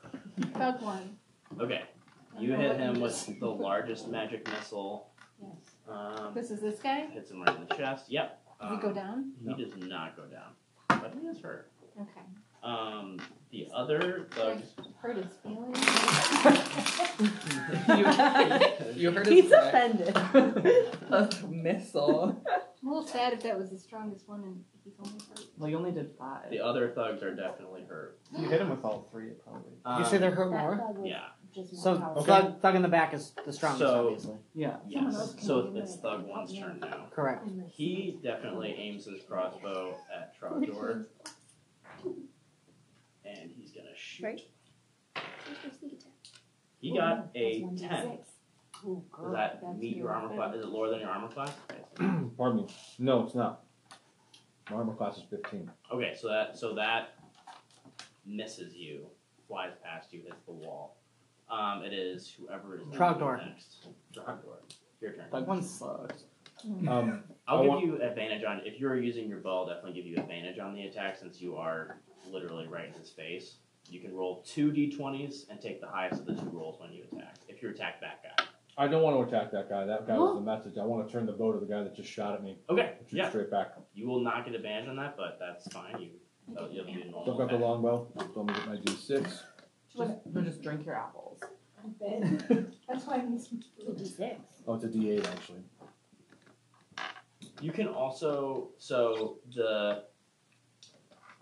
Speaker 5: but
Speaker 9: Thug one.
Speaker 5: Okay. You hit him with the largest magic missile. Um,
Speaker 9: This is this guy.
Speaker 5: hits him right in the chest. Yep. Um,
Speaker 9: Does he go down?
Speaker 5: He does not go down, but he is hurt.
Speaker 9: Okay.
Speaker 5: Um, the other thug.
Speaker 9: Hurt his feelings.
Speaker 8: You, you heard his
Speaker 9: He's
Speaker 8: cry.
Speaker 9: offended.
Speaker 8: a missile.
Speaker 9: I'm a little sad if that was the strongest one and he's only hurt.
Speaker 8: Well, you only did five.
Speaker 5: The other thugs are definitely hurt.
Speaker 7: You hit
Speaker 5: him with all three, probably.
Speaker 7: you say they're hurt
Speaker 9: That
Speaker 7: more?
Speaker 9: thug was
Speaker 5: yeah.
Speaker 9: Just more
Speaker 7: So
Speaker 9: powerful.
Speaker 7: thug, thug in the back is the strongest,
Speaker 5: So-
Speaker 7: obviously. Yeah.
Speaker 9: Someone else
Speaker 5: Yes.
Speaker 9: can
Speaker 5: So
Speaker 9: do
Speaker 5: it's
Speaker 9: it.
Speaker 5: thug one's turn now.
Speaker 7: Correct.
Speaker 5: He definitely aims his crossbow at Trogdor, and he's gonna shoot.
Speaker 12: Right.
Speaker 5: He got a ten.
Speaker 9: Ooh,
Speaker 5: Does that
Speaker 9: Oh,
Speaker 5: meet your armor class? Is it lower than your armor class?
Speaker 10: Mm, Pardon me. No, it's not. My armor class is 15.
Speaker 5: Okay, so that so that misses you, flies past you, hits the wall. Um, it is whoever is
Speaker 7: Trogdor.
Speaker 5: next. Trogdor, your turn.
Speaker 7: Thug one sucks.
Speaker 10: Um,
Speaker 5: I'll
Speaker 10: I
Speaker 5: give
Speaker 10: want-
Speaker 5: you advantage on if you're using your bow. I'll definitely give you advantage on the attack since you are literally right in his face. You can roll two d20s and take the highest of the two rolls when you attack. If you attack that guy.
Speaker 10: I don't want to attack that guy. That guy was the message. I want to turn the bow to the guy that just shot at me.
Speaker 5: Okay.
Speaker 10: Shoot
Speaker 5: Yeah.
Speaker 10: straight back.
Speaker 5: You will not get advantage on that, but that's fine. You that'll, you'll be a
Speaker 10: So I've
Speaker 5: normal.
Speaker 10: got the
Speaker 5: attack.
Speaker 10: longbow. So I'm going to get my D6.
Speaker 8: Just, no, just drink your apples.
Speaker 9: That's why I'm
Speaker 10: Oh, it's a D8, actually.
Speaker 5: You can also so the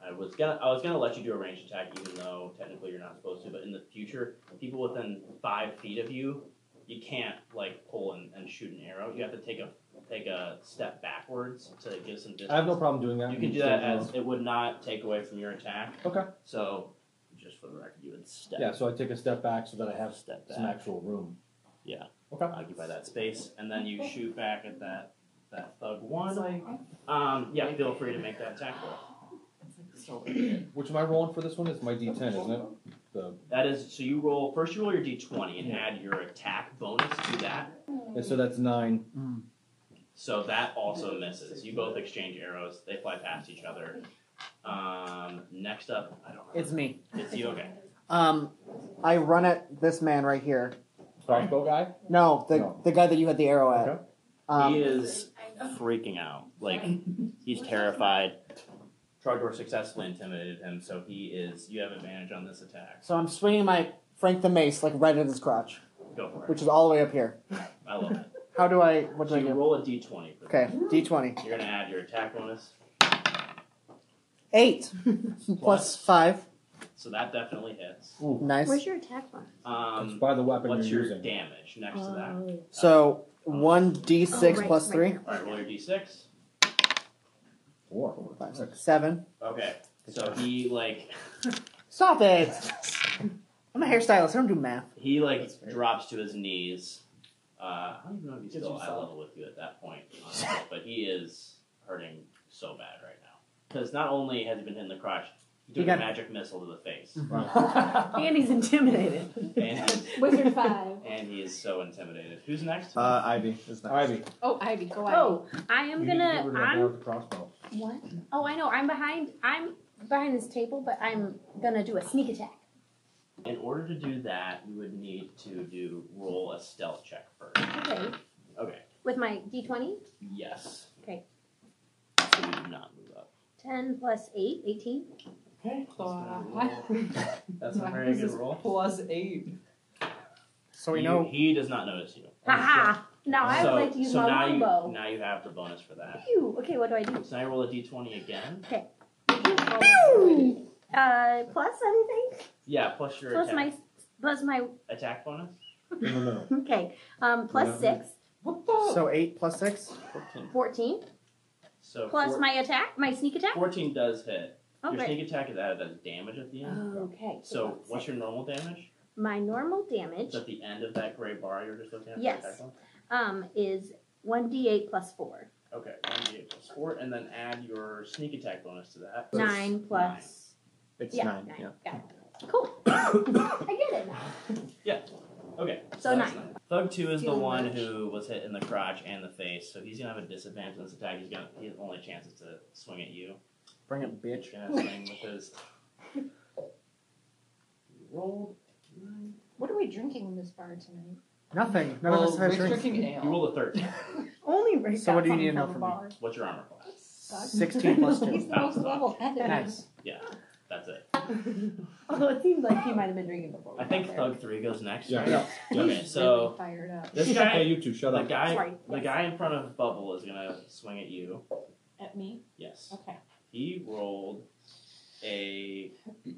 Speaker 5: I was gonna I was gonna let you do a ranged attack even though technically you're not supposed to, but in the future, people within five feet of you, you can't like pull and, and shoot an arrow. You have to take a take a step backwards to give some distance.
Speaker 10: I have no problem doing that. uh,
Speaker 5: You can do that as it would not take away from your attack.
Speaker 10: Okay.
Speaker 5: So just for the record, you would step.
Speaker 10: Yeah, so I take a step back so that I have
Speaker 5: Step
Speaker 10: some
Speaker 5: back.
Speaker 10: actual room.
Speaker 5: Yeah.
Speaker 10: Okay.
Speaker 5: Occupy that space, and then you shoot back at that that thug one.
Speaker 8: It's like,
Speaker 5: Um, yeah, feel free to make that attack roll.
Speaker 8: so
Speaker 10: Which am I rolling for this one? It's my D10, isn't it? The,
Speaker 5: That is, so you roll first. You roll your d20 and add your attack bonus to that.
Speaker 10: yeah, so that's nine.
Speaker 5: So that also misses. You both exchange arrows. They fly past each other. Um, next up, I don't. Remember.
Speaker 7: It's me.
Speaker 5: It's you. Okay.
Speaker 7: Um, I run at this man right here.
Speaker 10: Crossbow guy?
Speaker 7: No, the
Speaker 10: No.
Speaker 7: the guy that you had the arrow at.
Speaker 10: Okay.
Speaker 7: Um,
Speaker 5: he is freaking out. Like he's terrified. Trogdor successfully intimidated him, so he is. You have advantage on this attack.
Speaker 7: So I'm swinging my Frank the Mace like right at his crotch,
Speaker 5: Go for it.
Speaker 7: which is all the way up here.
Speaker 5: I love it.
Speaker 7: How do I? What do
Speaker 5: So
Speaker 7: I
Speaker 5: you
Speaker 7: do?
Speaker 5: roll a d20. For
Speaker 7: Okay, D20.
Speaker 5: that. You're gonna add your attack bonus.
Speaker 7: Eight plus
Speaker 5: Plus.
Speaker 7: five.
Speaker 5: So that definitely hits.
Speaker 7: Nice.
Speaker 12: Where's your attack bonus?
Speaker 10: It's
Speaker 5: Um,
Speaker 10: by the weapon
Speaker 5: what's
Speaker 10: you're
Speaker 5: your
Speaker 10: using.
Speaker 5: damage next to
Speaker 9: Oh, Uh,
Speaker 5: that?
Speaker 7: So one D6
Speaker 12: Oh, right,
Speaker 7: plus
Speaker 12: right
Speaker 7: three.
Speaker 12: now.
Speaker 5: All right, roll your d6.
Speaker 10: Four.
Speaker 7: Five, six, seven.
Speaker 5: Okay, so he like
Speaker 7: Stop it! I'm a hairstylist. I don't do math.
Speaker 5: he like
Speaker 7: That's fair.
Speaker 5: drops to his knees. Uh, I don't even know if he's
Speaker 7: Did
Speaker 5: still
Speaker 7: you
Speaker 5: eye
Speaker 7: sell?
Speaker 5: level with you at that point, honestly, but he is hurting so bad right now because not only has he been hit in the crotch, he
Speaker 7: He
Speaker 5: took
Speaker 7: got-
Speaker 5: a magic missile to the face,
Speaker 12: And he's intimidated.
Speaker 5: and
Speaker 9: Wizard five.
Speaker 5: and he is so intimidated. Who's next?
Speaker 11: Uh, Ivy is next.
Speaker 10: Ivy.
Speaker 9: Oh, Ivy, go Ivy.
Speaker 12: Oh, I am
Speaker 10: you need to get
Speaker 12: gonna.
Speaker 10: rid of that guy
Speaker 12: I'm.
Speaker 10: with the crossbow.
Speaker 12: What? Oh, I know. I'm behind. I'm behind this table, but I'm gonna do a sneak attack.
Speaker 5: In order to do that, you would need to do roll a stealth check first.
Speaker 12: Okay.
Speaker 5: Okay.
Speaker 12: With my d20,
Speaker 5: Yes.
Speaker 12: Okay.
Speaker 5: So you do not move up.
Speaker 12: 10 plus 8, 18.
Speaker 8: okay. So, uh,
Speaker 5: That's a very good roll.
Speaker 8: Plus eight.
Speaker 7: So we
Speaker 5: You-
Speaker 7: know.
Speaker 5: he does not notice you.
Speaker 12: Haha! Now I
Speaker 5: so,
Speaker 12: would like to use
Speaker 5: so
Speaker 12: my
Speaker 5: now
Speaker 12: longbow.
Speaker 5: You, now you have the bonus for that.
Speaker 12: Phew. Okay, what do I do?
Speaker 5: So now you roll a d20 again.
Speaker 12: Phew.
Speaker 6: Uh, plus anything?
Speaker 5: Yeah, plus your
Speaker 6: plus
Speaker 5: attack.
Speaker 6: my plus my
Speaker 5: attack bonus.
Speaker 14: No, no, no.
Speaker 6: okay. Um, plus
Speaker 5: Yeah.
Speaker 6: six.
Speaker 7: So eight plus six.
Speaker 5: Fourteen.
Speaker 6: Fourteen.
Speaker 5: So
Speaker 6: plus
Speaker 5: four-
Speaker 6: my attack, my sneak attack.
Speaker 5: Fourteen does hit. Your
Speaker 6: Okay.
Speaker 5: sneak attack is added as damage at the
Speaker 12: Oh.
Speaker 5: end.
Speaker 6: Okay.
Speaker 5: So what's your normal damage?
Speaker 6: My normal damage
Speaker 5: It's at the end of that gray bar you're just looking at. for
Speaker 6: Yes.
Speaker 5: attack bonus?
Speaker 6: um is one d eight plus four.
Speaker 5: Okay. One d eight plus four, and then add your sneak attack bonus to that.
Speaker 6: Nine plus.
Speaker 5: It's
Speaker 6: yeah,
Speaker 5: nine, yeah.
Speaker 6: Got it. Cool. I get it now.
Speaker 5: Yeah. Okay.
Speaker 6: So
Speaker 5: that's
Speaker 6: nine.
Speaker 5: Thug two is the
Speaker 6: Dealing
Speaker 5: one
Speaker 6: damage.
Speaker 5: who was hit in the crotch and the face, so he's gonna have a disadvantage on this attack. He's gonna his only chance is to swing at you.
Speaker 7: Bring it, bitch.
Speaker 5: He's gonna swing with his roll.
Speaker 9: What are we drinking in this bar tonight?
Speaker 7: Nothing. None of us have drinks.
Speaker 5: You rolled a thirteen.
Speaker 9: Only right
Speaker 7: So what do you need to know from me?
Speaker 5: What's your armor class?
Speaker 7: 16 plus two.
Speaker 9: He's the most level-headed.
Speaker 7: Nice.
Speaker 5: Yeah, that's it.
Speaker 9: Although it seems like he might have been drinking before.
Speaker 5: I think Thug Three goes next.
Speaker 14: Yeah,
Speaker 5: right?
Speaker 14: yeah.
Speaker 5: Okay, so
Speaker 9: fired up.
Speaker 5: this guy,
Speaker 14: Hey, you two, shut
Speaker 5: the
Speaker 10: uh,
Speaker 14: up.
Speaker 5: guy,
Speaker 9: Sorry,
Speaker 5: the guy in front of Bubble is gonna swing at you.
Speaker 9: At me?
Speaker 5: Yes,
Speaker 9: Okay.
Speaker 5: he rolled a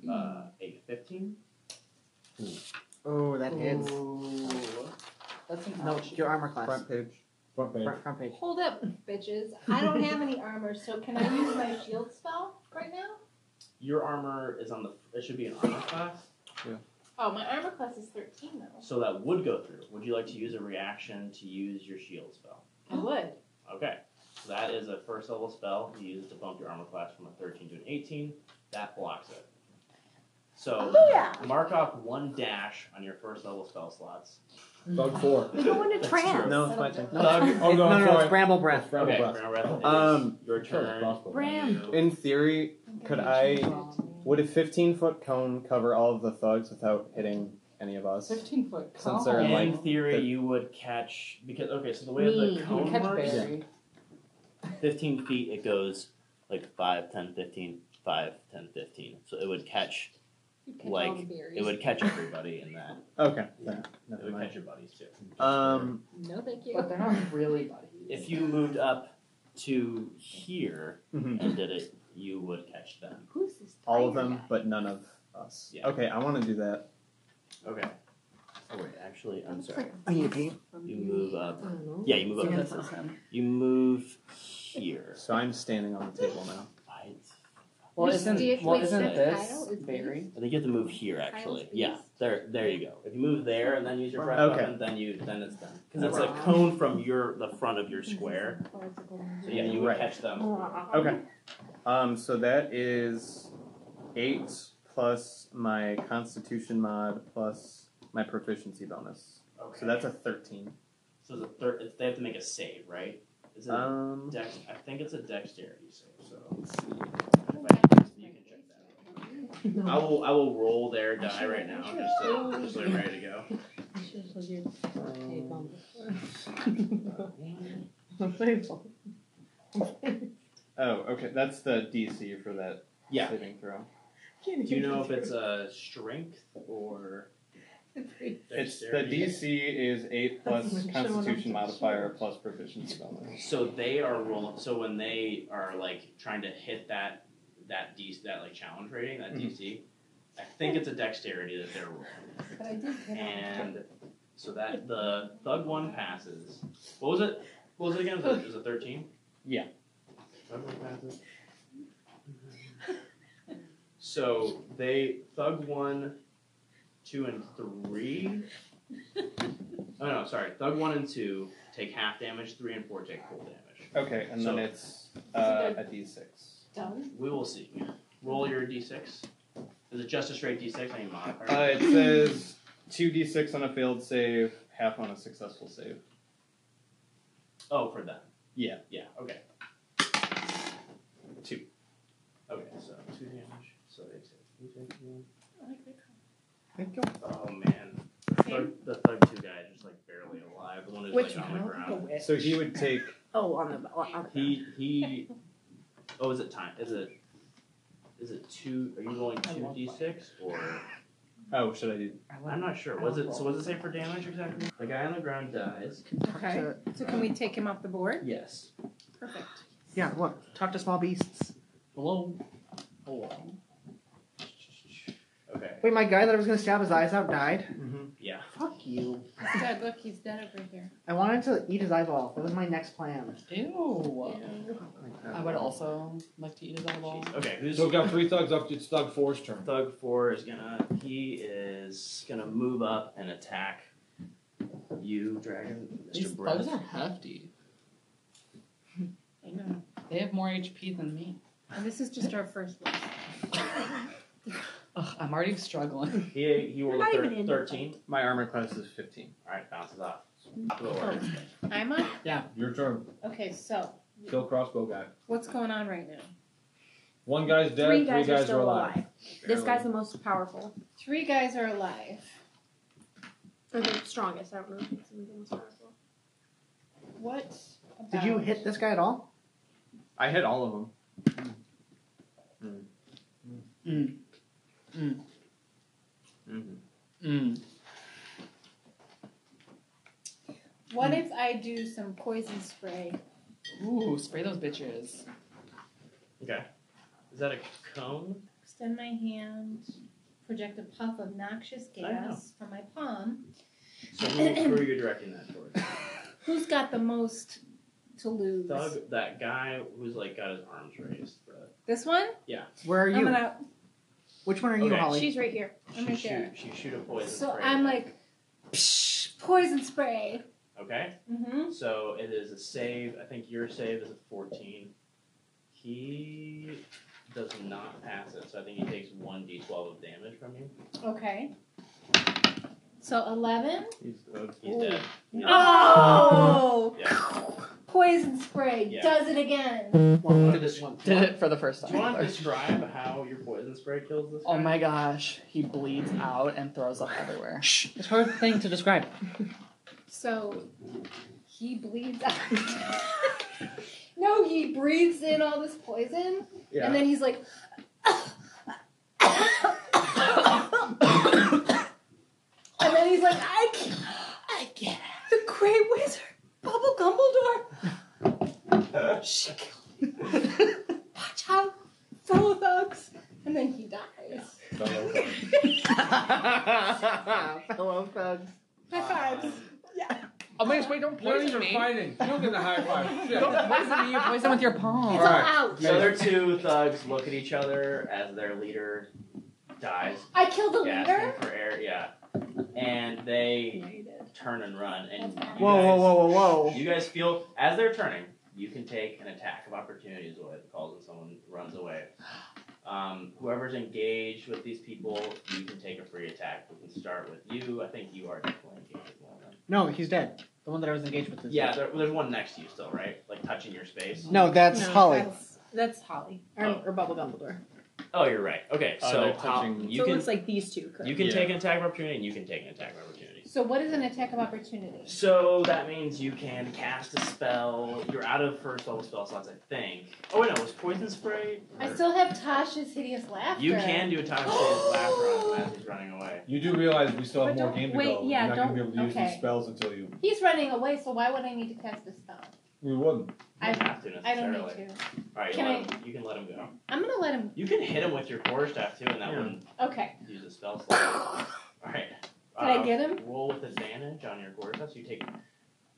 Speaker 5: uh, a fifteen.
Speaker 7: Oh, that hits.
Speaker 8: That's an
Speaker 7: No,
Speaker 8: ouchie.
Speaker 7: your armor class.
Speaker 10: Front page.
Speaker 14: Front page.
Speaker 7: Front, front page.
Speaker 9: Hold up, bitches. I don't have any armor, so can I use my shield spell right now?
Speaker 5: Your armor is on the. It should be an armor class,
Speaker 9: Oh, my armor class is 13, though.
Speaker 5: so that would go through. Would you like to use a reaction to use your shield spell?
Speaker 9: I would.
Speaker 5: Okay, so that is a first level spell. You use it to bump your armor class from a thirteen to an eighteen. That blocks it. So
Speaker 6: Yeah.
Speaker 5: mark off one dash on your first level spell slots.
Speaker 14: Bug four.
Speaker 6: We go into
Speaker 5: That's
Speaker 6: trance.
Speaker 5: true.
Speaker 10: No, it's my turn.
Speaker 5: Thug.
Speaker 10: Oh, no,
Speaker 7: no,
Speaker 10: I'm
Speaker 7: no,
Speaker 10: sorry.
Speaker 7: it's bramble breath.
Speaker 14: Bramble
Speaker 5: okay,
Speaker 14: breath.
Speaker 5: Brown Breath,
Speaker 10: Um,
Speaker 5: it is your turn.
Speaker 6: Bram.
Speaker 5: You-
Speaker 10: In theory, could I? Would a 15 foot cone cover all of the thugs without hitting any of us?
Speaker 8: Fifteen foot. cone.
Speaker 10: Since they're
Speaker 5: In
Speaker 10: like
Speaker 5: theory,
Speaker 10: the-
Speaker 5: you would catch because okay. So the way
Speaker 6: Me.
Speaker 5: the
Speaker 8: You would
Speaker 5: cone
Speaker 8: catch
Speaker 5: works,
Speaker 8: Barry.
Speaker 5: fifteen feet, it goes like 5, 10, 15, 5, 10, 15. So it would catch
Speaker 9: You'd catch all
Speaker 5: like
Speaker 9: the berries.
Speaker 5: it would catch everybody in that.
Speaker 10: Okay. then,
Speaker 5: It
Speaker 10: Never
Speaker 5: would catch
Speaker 10: mind.
Speaker 5: your buddies too.
Speaker 10: Um,
Speaker 9: No, thank you.
Speaker 8: But they're not really buddies.
Speaker 5: If you moved up to here
Speaker 10: mhm.
Speaker 5: and did it, you would catch them.
Speaker 6: Who's this?
Speaker 10: all of
Speaker 6: tiger
Speaker 10: them,
Speaker 6: guy?
Speaker 10: but none of us.
Speaker 5: Yeah.
Speaker 10: Okay, I want to do that.
Speaker 5: Okay. Oh wait, actually, I'm sorry.
Speaker 7: I need to pee.
Speaker 5: You move up. Yeah, you move up.
Speaker 8: So this is him.
Speaker 5: You move here.
Speaker 10: So I'm standing on the table now.
Speaker 5: I,
Speaker 7: Well,
Speaker 5: Wait,
Speaker 7: isn't,
Speaker 5: Steve,
Speaker 7: well,
Speaker 5: wait,
Speaker 7: isn't
Speaker 5: Steve,
Speaker 7: this
Speaker 6: Kyle is-
Speaker 7: Barry?
Speaker 5: I think you have to move here actually.
Speaker 6: Kyle's
Speaker 5: Yeah,
Speaker 6: east.
Speaker 5: there, there you go. If you move there and then use your breath
Speaker 10: Okay.
Speaker 5: weapon, then you then it's done because it's
Speaker 8: Right.
Speaker 5: a cone from your the front of your square.
Speaker 9: Oh, it's a golden-
Speaker 5: So yeah, you would
Speaker 10: Right.
Speaker 5: catch them.
Speaker 10: Okay. Um, so that is eight plus my Constitution mod plus my proficiency bonus.
Speaker 5: Okay.
Speaker 10: So that's a thirteen.
Speaker 5: so the third. It's, they have to make a save, right? Is it a
Speaker 10: Um,
Speaker 5: dex? I think it's a dexterity save. So
Speaker 10: let's see.
Speaker 5: if I, you can check that. out. I will I will roll their die right now just so just so they're ready to go.
Speaker 10: Um,
Speaker 5: Um,
Speaker 10: oh, okay. That's the DC for that
Speaker 5: Yeah.
Speaker 10: saving throw.
Speaker 5: Do you know if it's a strength or
Speaker 10: It's the
Speaker 5: dexterity?
Speaker 10: DC is eight plus
Speaker 8: Doesn't show
Speaker 10: Constitution
Speaker 8: enough.
Speaker 10: modifier plus proficiency bonus.
Speaker 5: So they are rolling. So when they are like trying to hit that that D, that like challenge rating that
Speaker 10: Mhm.
Speaker 5: DC, I think it's a dexterity that they're rolling.
Speaker 9: But I did get
Speaker 5: And so that the thug one passes. What was it? What was it again? Was it- was it thirteen?
Speaker 10: Yeah.
Speaker 5: Thug one passes. So they thug one, two, and three. Oh no, sorry. Thug one and two take half damage. Three and four take full damage.
Speaker 10: Okay, and
Speaker 5: So-
Speaker 10: then it's uh, a D six.
Speaker 9: done.
Speaker 5: We will see. Roll your d6. Is it just a straight d6? Any modifier?
Speaker 10: Uh, it says two D six on a failed save, half on a successful save.
Speaker 5: oh, for them.
Speaker 10: Yeah.
Speaker 5: Yeah. Okay.
Speaker 10: Two.
Speaker 5: Okay. So two damage. So they take two
Speaker 9: I like that
Speaker 5: damage. Oh man, the third, the third two guys just like barely alive. The one who's
Speaker 7: Which
Speaker 5: like on the ground.
Speaker 10: So he would take
Speaker 6: Oh, on the on the.
Speaker 5: He he. Oh, is it time? Is it? Is it two? Are you rolling
Speaker 8: I
Speaker 5: two
Speaker 8: love
Speaker 5: d6 or?
Speaker 10: oh, should I do
Speaker 5: I'm not sure. Was it? So was it say for damage exactly? The guy on the ground dies.
Speaker 7: Okay.
Speaker 9: So can we take him off the board?
Speaker 5: Yes.
Speaker 9: Perfect.
Speaker 7: Yeah, look. Talk to small beasts.
Speaker 5: Hello. Hello. Okay.
Speaker 7: Wait, my guy that I was gonna stab his eyes out died.
Speaker 5: Yeah.
Speaker 7: Fuck you.
Speaker 6: He's dead. Look, he's dead over here.
Speaker 7: I wanted to eat his eyeball. That was my next plan.
Speaker 8: Ew. I would also like to eat his eyeball.
Speaker 5: Okay, who's
Speaker 10: So we've got three thugs up. It's Thug Four's turn.
Speaker 5: Thug four is gonna he is gonna move up and attack you, Dragon,
Speaker 8: These
Speaker 5: Mr. Brett.
Speaker 8: bugs are hefty. They have more HP than me.
Speaker 6: And this is just our first one.
Speaker 8: Ugh, I'm already struggling.
Speaker 5: He he rolled a
Speaker 6: Not
Speaker 5: thir-
Speaker 6: even in.
Speaker 5: thirteen.
Speaker 11: My armor class is 15.
Speaker 5: Alright, bounces off.
Speaker 6: Mm-hmm. I'm on.
Speaker 8: Yeah.
Speaker 10: Your turn.
Speaker 6: Okay, so
Speaker 10: Kill crossbow guy.
Speaker 6: what's going on right now?
Speaker 10: One guy's dead.
Speaker 12: Three guys are
Speaker 10: are,
Speaker 12: still
Speaker 10: alive.
Speaker 12: alive. This guy's the most powerful.
Speaker 6: Three guys are alive.
Speaker 12: Or the strongest. I don't know if it's the most powerful.
Speaker 6: What?
Speaker 7: Did you hit this guy at all?
Speaker 11: I hit all of them.
Speaker 7: Mm.
Speaker 8: Mm.
Speaker 11: Mm-hmm.
Speaker 8: Mm.
Speaker 6: What if I do some poison spray?
Speaker 8: Ooh, spray those bitches.
Speaker 5: Okay. Is that a cone?
Speaker 6: Extend my hand, project a puff of noxious gas from my palm.
Speaker 5: So who, who are you directing that towards?
Speaker 6: Who's got the most to lose?
Speaker 5: Thug, that guy who's like got his arms raised. But
Speaker 6: This one?
Speaker 5: yeah.
Speaker 7: Where are
Speaker 6: I'm
Speaker 7: you?
Speaker 6: gonna,
Speaker 7: Which one are you,
Speaker 5: Okay.
Speaker 7: Holly?
Speaker 6: she's right here. I'm
Speaker 5: she
Speaker 6: right there.
Speaker 5: shoot, she shoot a poison
Speaker 6: So
Speaker 5: spray.
Speaker 6: I'm like, psh, poison spray.
Speaker 5: okay.
Speaker 6: Mm-hmm.
Speaker 5: So it is a save. I think your save is a fourteen. He does not pass it, so I think he takes one d12 of damage from you.
Speaker 6: Okay. So 11.
Speaker 11: He's dead.
Speaker 5: He's dead. He's
Speaker 6: Oh!
Speaker 5: dead. Yeah.
Speaker 6: Poison spray
Speaker 5: Yeah.
Speaker 6: does it again.
Speaker 5: Well, this one.
Speaker 7: Did it for the first
Speaker 5: Do you want to
Speaker 7: time.
Speaker 5: describe how your poison spray kills this?
Speaker 7: Oh
Speaker 5: guy?
Speaker 7: my gosh, he bleeds out and throws up everywhere. It's hard thing to describe.
Speaker 6: So he bleeds out. no, he breathes in all this poison.
Speaker 11: Yeah.
Speaker 6: And then he's like, and then he's like, I can't, I can't have the Great Wizard, Bubble Gumbledore. she killed me. Watch out, fellow thugs. And then he dies.
Speaker 7: Hello, thugs.
Speaker 5: Uh,
Speaker 6: High fives.
Speaker 7: Oh, wait, wait, don't
Speaker 10: They're not even fighting. You don't get a high five. Shit.
Speaker 7: poison me, you poison with your palm.
Speaker 10: All right.
Speaker 5: The other two thugs look at each other as their leader dies,
Speaker 6: I killed the leader.
Speaker 5: gasping for air. Yeah, and they turn and run. And
Speaker 6: That's
Speaker 5: you
Speaker 7: Whoa, whoa,
Speaker 5: guys,
Speaker 7: whoa, whoa, whoa.
Speaker 5: You guys feel as they're turning, you can take an attack of opportunity is what it calls when someone runs away. Um, whoever's engaged with these people, you can take a free attack. We can start with you. I think you are definitely engaged with one of them.
Speaker 7: No, he's dead. The one that I was engaged with is
Speaker 5: Yeah,
Speaker 7: dead.
Speaker 5: there, there's one next to you still, right? Like touching your space.
Speaker 7: No, that's
Speaker 6: No,
Speaker 7: Holly.
Speaker 6: That's, that's Holly. Or,
Speaker 5: Oh.
Speaker 6: or Bubble Dumbledore.
Speaker 5: Oh, you're right. Okay,
Speaker 11: Oh,
Speaker 5: so
Speaker 11: they're
Speaker 5: how-
Speaker 11: touching-
Speaker 5: you
Speaker 6: so it
Speaker 5: can
Speaker 6: looks like these two could.
Speaker 5: You can
Speaker 11: Yeah.
Speaker 5: take an attack of opportunity, and you can take an attack of opportunity.
Speaker 6: So what is an attack of opportunity?
Speaker 5: So that means you can cast a spell. You're out of first level spell slots, I think. Oh wait, no, it was poison spray.
Speaker 6: I still have Tasha's hideous laughter.
Speaker 5: You can do a time save laughter on him as he's running away.
Speaker 10: You do realize we still have
Speaker 6: But
Speaker 10: more
Speaker 6: don't-
Speaker 10: game to
Speaker 6: wait,
Speaker 10: go.
Speaker 6: yeah,
Speaker 10: You're not going to be
Speaker 6: don't-
Speaker 10: able to use
Speaker 6: okay.
Speaker 10: these spells until you.
Speaker 6: He's running away, so why would I need to cast a spell?
Speaker 10: We wouldn't.
Speaker 5: You don't
Speaker 6: I,
Speaker 5: have to
Speaker 6: I don't
Speaker 5: necessarily.
Speaker 6: need to.
Speaker 5: All right, you,
Speaker 6: Can
Speaker 5: let him, you can let him go.
Speaker 6: I'm gonna let him.
Speaker 5: You can hit him with your quarter staff too, and that
Speaker 11: Yeah.
Speaker 5: wouldn't
Speaker 6: Okay.
Speaker 5: use a spell slot. All right. uh,
Speaker 6: Did I get him?
Speaker 5: Roll with advantage on your quarter staff. So you take,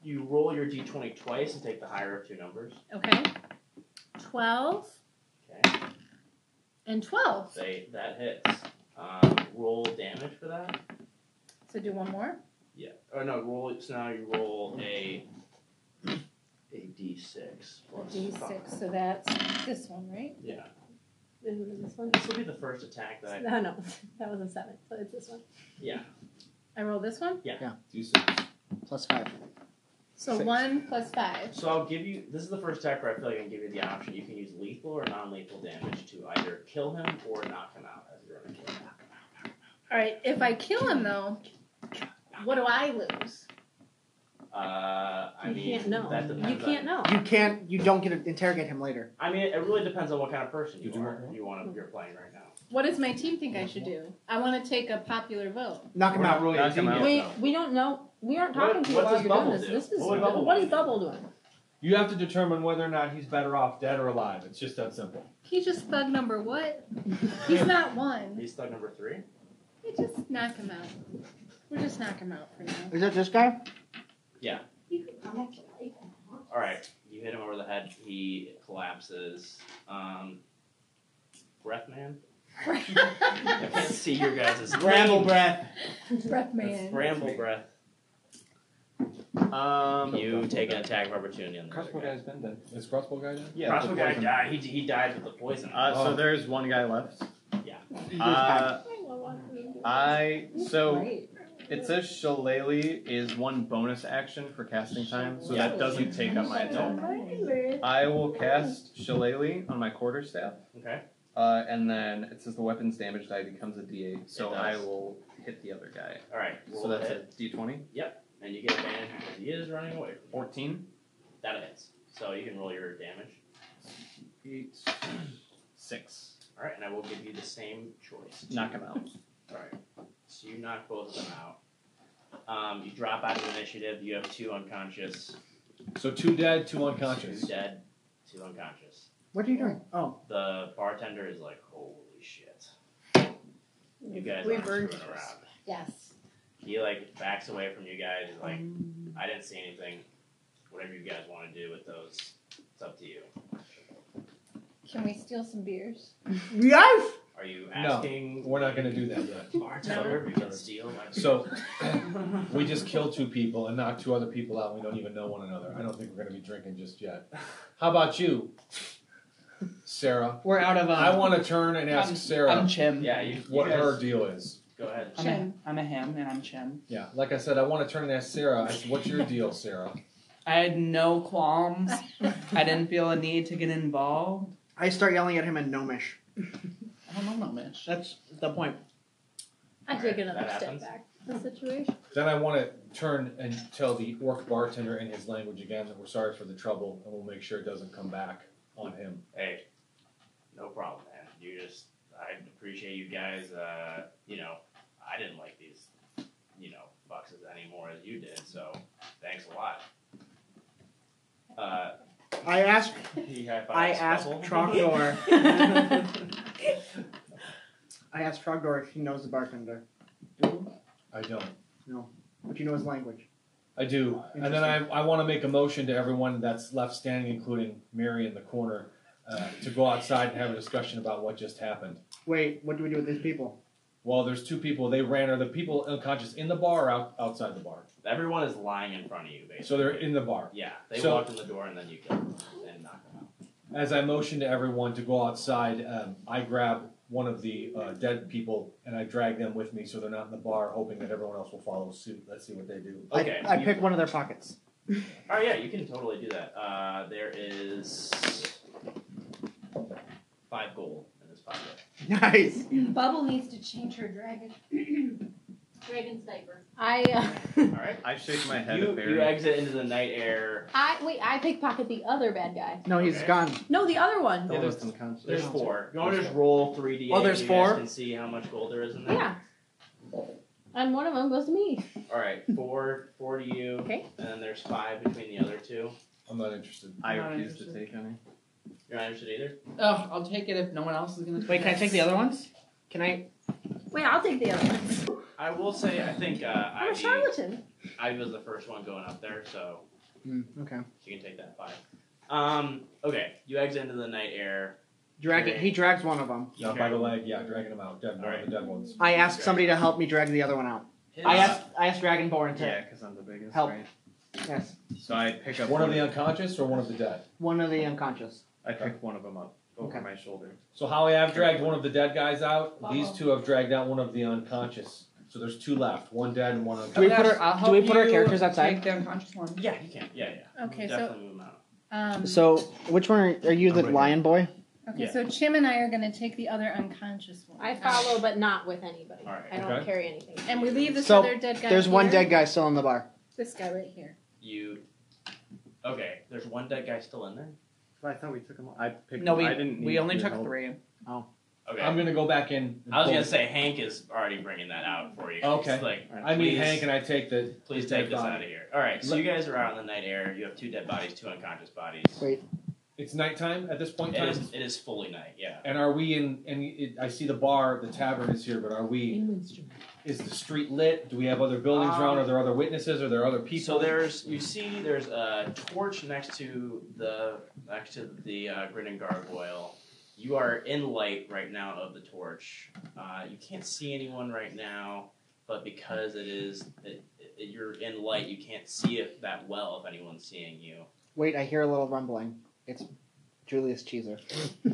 Speaker 5: you roll your d20 twice and take the higher of two numbers.
Speaker 6: Okay. Twelve
Speaker 5: Okay.
Speaker 6: and twelve.
Speaker 5: They that hits. Um, roll damage for that.
Speaker 6: So do one more.
Speaker 5: Yeah. Oh no, roll so now you roll a a D six plus
Speaker 6: D
Speaker 5: five.
Speaker 6: six. So that's this one, right?
Speaker 5: Yeah.
Speaker 9: This is this one.
Speaker 5: This will be the first attack that I
Speaker 9: No, no, that was a seven. So it's this one.
Speaker 5: Yeah.
Speaker 6: I roll this one.
Speaker 10: D6.
Speaker 7: Plus five.
Speaker 6: So
Speaker 7: Six.
Speaker 6: one plus five.
Speaker 5: So I'll give you this is the first attack where I feel like I can give you the option. You can use lethal or non lethal damage to either kill him or knock him out as you're gonna kill him.
Speaker 6: All right. If I kill him though, what do I lose?
Speaker 5: Uh I
Speaker 9: You
Speaker 5: mean
Speaker 9: can't know.
Speaker 5: that depends
Speaker 9: You can't
Speaker 5: on,
Speaker 9: know.
Speaker 7: You can't, you don't get to interrogate him later.
Speaker 5: I mean it really depends on what kind of person you
Speaker 10: Did you
Speaker 5: are
Speaker 10: roll?
Speaker 5: you want to, you're playing right now.
Speaker 6: What does my team think I should do? I want to take a popular vote.
Speaker 7: Knock him
Speaker 10: We're not
Speaker 7: out.
Speaker 10: really
Speaker 11: Knock him
Speaker 10: a
Speaker 11: out.
Speaker 10: team yet,
Speaker 9: We,
Speaker 10: though.
Speaker 9: we don't know. We aren't talking
Speaker 5: What-
Speaker 9: to you
Speaker 5: what
Speaker 9: while
Speaker 5: does
Speaker 9: you're doing
Speaker 5: Bubble
Speaker 9: this.
Speaker 5: do?
Speaker 9: This is
Speaker 5: What would Bubble
Speaker 9: what is
Speaker 5: do?
Speaker 9: Bubble doing?
Speaker 10: You have to determine whether or not he's better off dead or alive. It's just that simple.
Speaker 6: He's just thug number what? He's not one.
Speaker 5: He's thug number three?
Speaker 6: We just knock him out. We'll just knock him out for now.
Speaker 7: Is that this guy?
Speaker 5: Yeah.
Speaker 6: You could connect
Speaker 5: All right, you hit him over the head. He collapses. Um, breath man. I can't see your guys'
Speaker 7: Bramble
Speaker 5: breath.
Speaker 9: Breath man.
Speaker 5: Bramble breath. Um, you take an attack of opportunity on the
Speaker 10: Crossbow guy's been dead. Is crossbow guy dead?
Speaker 5: Yeah, crossbow guy died. He, he died with the poison.
Speaker 4: Uh,
Speaker 5: Oh.
Speaker 4: So there's one guy left.
Speaker 5: Yeah.
Speaker 4: Uh, I so it says shillelagh is one bonus action for casting time, so that doesn't take up my attack. I will cast shillelagh on my quarter staff.
Speaker 5: Okay.
Speaker 4: Uh, and then it says the weapon's damage die becomes a d8, so
Speaker 5: It
Speaker 4: I
Speaker 5: does.
Speaker 4: will hit the other guy.
Speaker 5: All right.
Speaker 4: So that's a d20.
Speaker 5: Yep. And you get advantage because he is running away.
Speaker 4: Fourteen.
Speaker 5: That hits. So you can roll your damage.
Speaker 4: Eight. Six.
Speaker 5: All right, and I will give you the same choice.
Speaker 4: Knock him out.
Speaker 5: All right. So you knock both of them out. Um, you drop out of initiative. You have two unconscious,
Speaker 10: So two dead, two
Speaker 5: two
Speaker 10: unconscious.
Speaker 5: dead, two unconscious.
Speaker 7: What are you doing? Oh,
Speaker 5: The bartender is like, "Holy shit, you guys
Speaker 9: We
Speaker 5: aren't
Speaker 9: burned
Speaker 5: screwing around."
Speaker 9: Yes.
Speaker 5: He like backs away from you guys. He's like,
Speaker 9: Um.
Speaker 5: "I didn't see anything. Whatever you guys want to do with those, it's up to you."
Speaker 6: Can we steal some beers?
Speaker 7: Yes.
Speaker 5: Are you
Speaker 10: No,
Speaker 5: asking?
Speaker 10: we're not going to do that yet.
Speaker 5: Bartender, we can steal. my beer.
Speaker 10: So we just killed two people and knocked two other people out. We don't even know one another. I don't think we're going to be drinking just yet. How about you, Sarah?
Speaker 7: We're out of. Um,
Speaker 10: I want to turn and ask
Speaker 7: I'm-
Speaker 10: Sarah
Speaker 7: I'm Chim.
Speaker 5: Yeah, you,
Speaker 10: what
Speaker 7: you guys-
Speaker 10: her deal is.
Speaker 5: Go ahead.
Speaker 7: I'm a, I'm a him and I'm Chim.
Speaker 10: Yeah, like I said, I want to turn and ask Sarah. I said, What's your deal, Sarah?
Speaker 7: I had no qualms.
Speaker 8: I didn't feel a need to get involved.
Speaker 7: I start yelling at him in gnomish.
Speaker 8: I don't know, man.
Speaker 7: That's the point.
Speaker 9: I take another
Speaker 10: that
Speaker 9: step
Speaker 10: happens.
Speaker 9: back. The situation.
Speaker 10: Then I want to turn and tell the orc bartender in his language again that we're sorry for the trouble and we'll make sure it doesn't come back on him.
Speaker 5: Hey, no problem, man. You just, I appreciate you guys. Uh, you know, I didn't like these, you know, boxes any more as you did. So, thanks a lot. Uh,
Speaker 7: I ask.
Speaker 5: he high-fives
Speaker 7: I ask
Speaker 5: Bubble.
Speaker 7: Trogdor. I asked Trogdor if he knows the bartender.
Speaker 10: I don't.
Speaker 7: No, but you know his language.
Speaker 10: I do. And then I, I want to make a motion to everyone that's left standing, including Mary in the corner, uh, to go outside and have a discussion about what just happened.
Speaker 7: Wait, what do we do with these people?
Speaker 10: Well, there's two people. They ran. Are the people unconscious in the bar or out, outside the bar?
Speaker 5: Everyone is lying in front of you, basically.
Speaker 10: So they're in the bar.
Speaker 5: Yeah, they
Speaker 10: So-
Speaker 5: walked in the door and then you killed them and knocked them out.
Speaker 10: As I motion to everyone to go outside, um, I grab one of the uh, dead people and I drag them with me so they're not in the bar, hoping that everyone else will follow suit. Let's see what they do.
Speaker 7: I-
Speaker 5: Okay,
Speaker 7: I,
Speaker 5: you-
Speaker 7: pick one of their pockets.
Speaker 5: Oh yeah, you can totally do that. Uh, there is five gold in this pocket.
Speaker 7: Nice.
Speaker 6: Bubble needs to change her dragon.
Speaker 9: Dragon sniper.
Speaker 15: I uh,
Speaker 5: All right.
Speaker 4: I shake my head
Speaker 5: You,
Speaker 4: at Barry.
Speaker 5: you exit into the night air.
Speaker 15: I wait. I pickpocket the other bad guy.
Speaker 7: No, he's
Speaker 5: Okay.
Speaker 7: gone.
Speaker 15: No, the other one.
Speaker 4: The one that's unconscious.
Speaker 5: There's four. You want to just roll three d8?
Speaker 7: Oh, there's
Speaker 5: you
Speaker 7: four?
Speaker 5: Guys can see how much gold there is in there.
Speaker 15: Yeah. And one of them goes to me.
Speaker 5: All right, four, four to you.
Speaker 15: Okay.
Speaker 5: And then there's five between the other two.
Speaker 10: I'm not interested.
Speaker 4: I
Speaker 8: Not
Speaker 4: refuse to
Speaker 8: interested.
Speaker 4: take any.
Speaker 5: You're not interested either.
Speaker 8: Ugh, I'll take it if no one else is gonna.
Speaker 7: Wait, can I take the other ones? Can I?
Speaker 15: Wait, I'll take the other one.
Speaker 5: I will say I think uh,
Speaker 6: Oh,
Speaker 15: I'm a
Speaker 5: Ivy,
Speaker 15: charlatan.
Speaker 5: Ivy was the first one going up there, so
Speaker 7: Hmm, okay.
Speaker 5: she can take that five. Um. Okay. You exit into the night air.
Speaker 7: Drag it. He drags one of them.
Speaker 10: Yeah, by the leg. Yeah, dragging them out. Dead, one of the dead ones.
Speaker 7: I ask somebody to help me drag the other one out.
Speaker 5: His-
Speaker 7: I asked. I asked Dragonborn to
Speaker 4: Yeah, because I'm the biggest.
Speaker 7: help.
Speaker 4: right?
Speaker 7: Yes,
Speaker 4: So I pick up
Speaker 10: One of the unconscious or one of the dead?
Speaker 7: one of the unconscious.
Speaker 4: I pick one of them up over
Speaker 7: Okay.
Speaker 4: my shoulder.
Speaker 10: So Holly, I've dragged one of the dead guys out. These two have dragged out one of the unconscious. So there's two left, one dead and one
Speaker 7: Do we
Speaker 10: unconscious.
Speaker 7: put our
Speaker 8: I'll help
Speaker 7: Do we put our
Speaker 8: you
Speaker 7: characters outside?
Speaker 8: Take the unconscious one.
Speaker 5: Yeah, you can. Yeah, yeah.
Speaker 6: Okay,
Speaker 5: you
Speaker 6: so-
Speaker 5: definitely move 'em out.
Speaker 6: Um,
Speaker 7: So, which one are, are you, the lion boy?
Speaker 6: okay,
Speaker 5: Yeah.
Speaker 6: so Chim and I are gonna take the other unconscious one.
Speaker 9: I follow, but not with anybody.
Speaker 5: All right.
Speaker 9: I don't
Speaker 10: Okay.
Speaker 9: carry anything.
Speaker 6: And we leave this
Speaker 7: So,
Speaker 6: other dead guy.
Speaker 7: There's one
Speaker 6: here.
Speaker 7: dead guy still in the bar.
Speaker 6: This guy right here.
Speaker 5: You. Okay. There's one dead guy still in there.
Speaker 4: I thought we took them. All. I picked.
Speaker 7: No, we-
Speaker 4: I didn't.
Speaker 8: We
Speaker 4: need
Speaker 8: only
Speaker 4: your
Speaker 8: took
Speaker 4: help.
Speaker 8: three.
Speaker 5: Okay.
Speaker 10: I'm gonna go back in. and
Speaker 5: I was gonna
Speaker 10: pull-
Speaker 5: say Hank is already bringing that out for you.
Speaker 10: Okay.
Speaker 5: It's like,
Speaker 10: I mean
Speaker 5: please-
Speaker 10: Hank, and I take the.
Speaker 5: Please
Speaker 10: the dead
Speaker 5: take this
Speaker 10: body.
Speaker 5: out of here. All right, so
Speaker 10: Let-
Speaker 5: you guys are out in the night air. You have two dead bodies, two unconscious bodies.
Speaker 7: Wait,
Speaker 10: It's nighttime at this point. in
Speaker 5: It
Speaker 10: time?
Speaker 5: is, it is fully night, yeah.
Speaker 10: And are we in? And it, I see the bar, the tavern is here, but are we? Is the street lit? Do we have other buildings around? Are there other witnesses? Are there other people?
Speaker 5: So there's you see there's a torch next to the next to the uh, grinning gargoyle. You are in light right now of the torch. Uh, you can't see anyone right now, but because it is it, it, you're in light, you can't see it that well if anyone's seeing you.
Speaker 7: Wait, I hear a little rumbling. It's Julius Cheeser.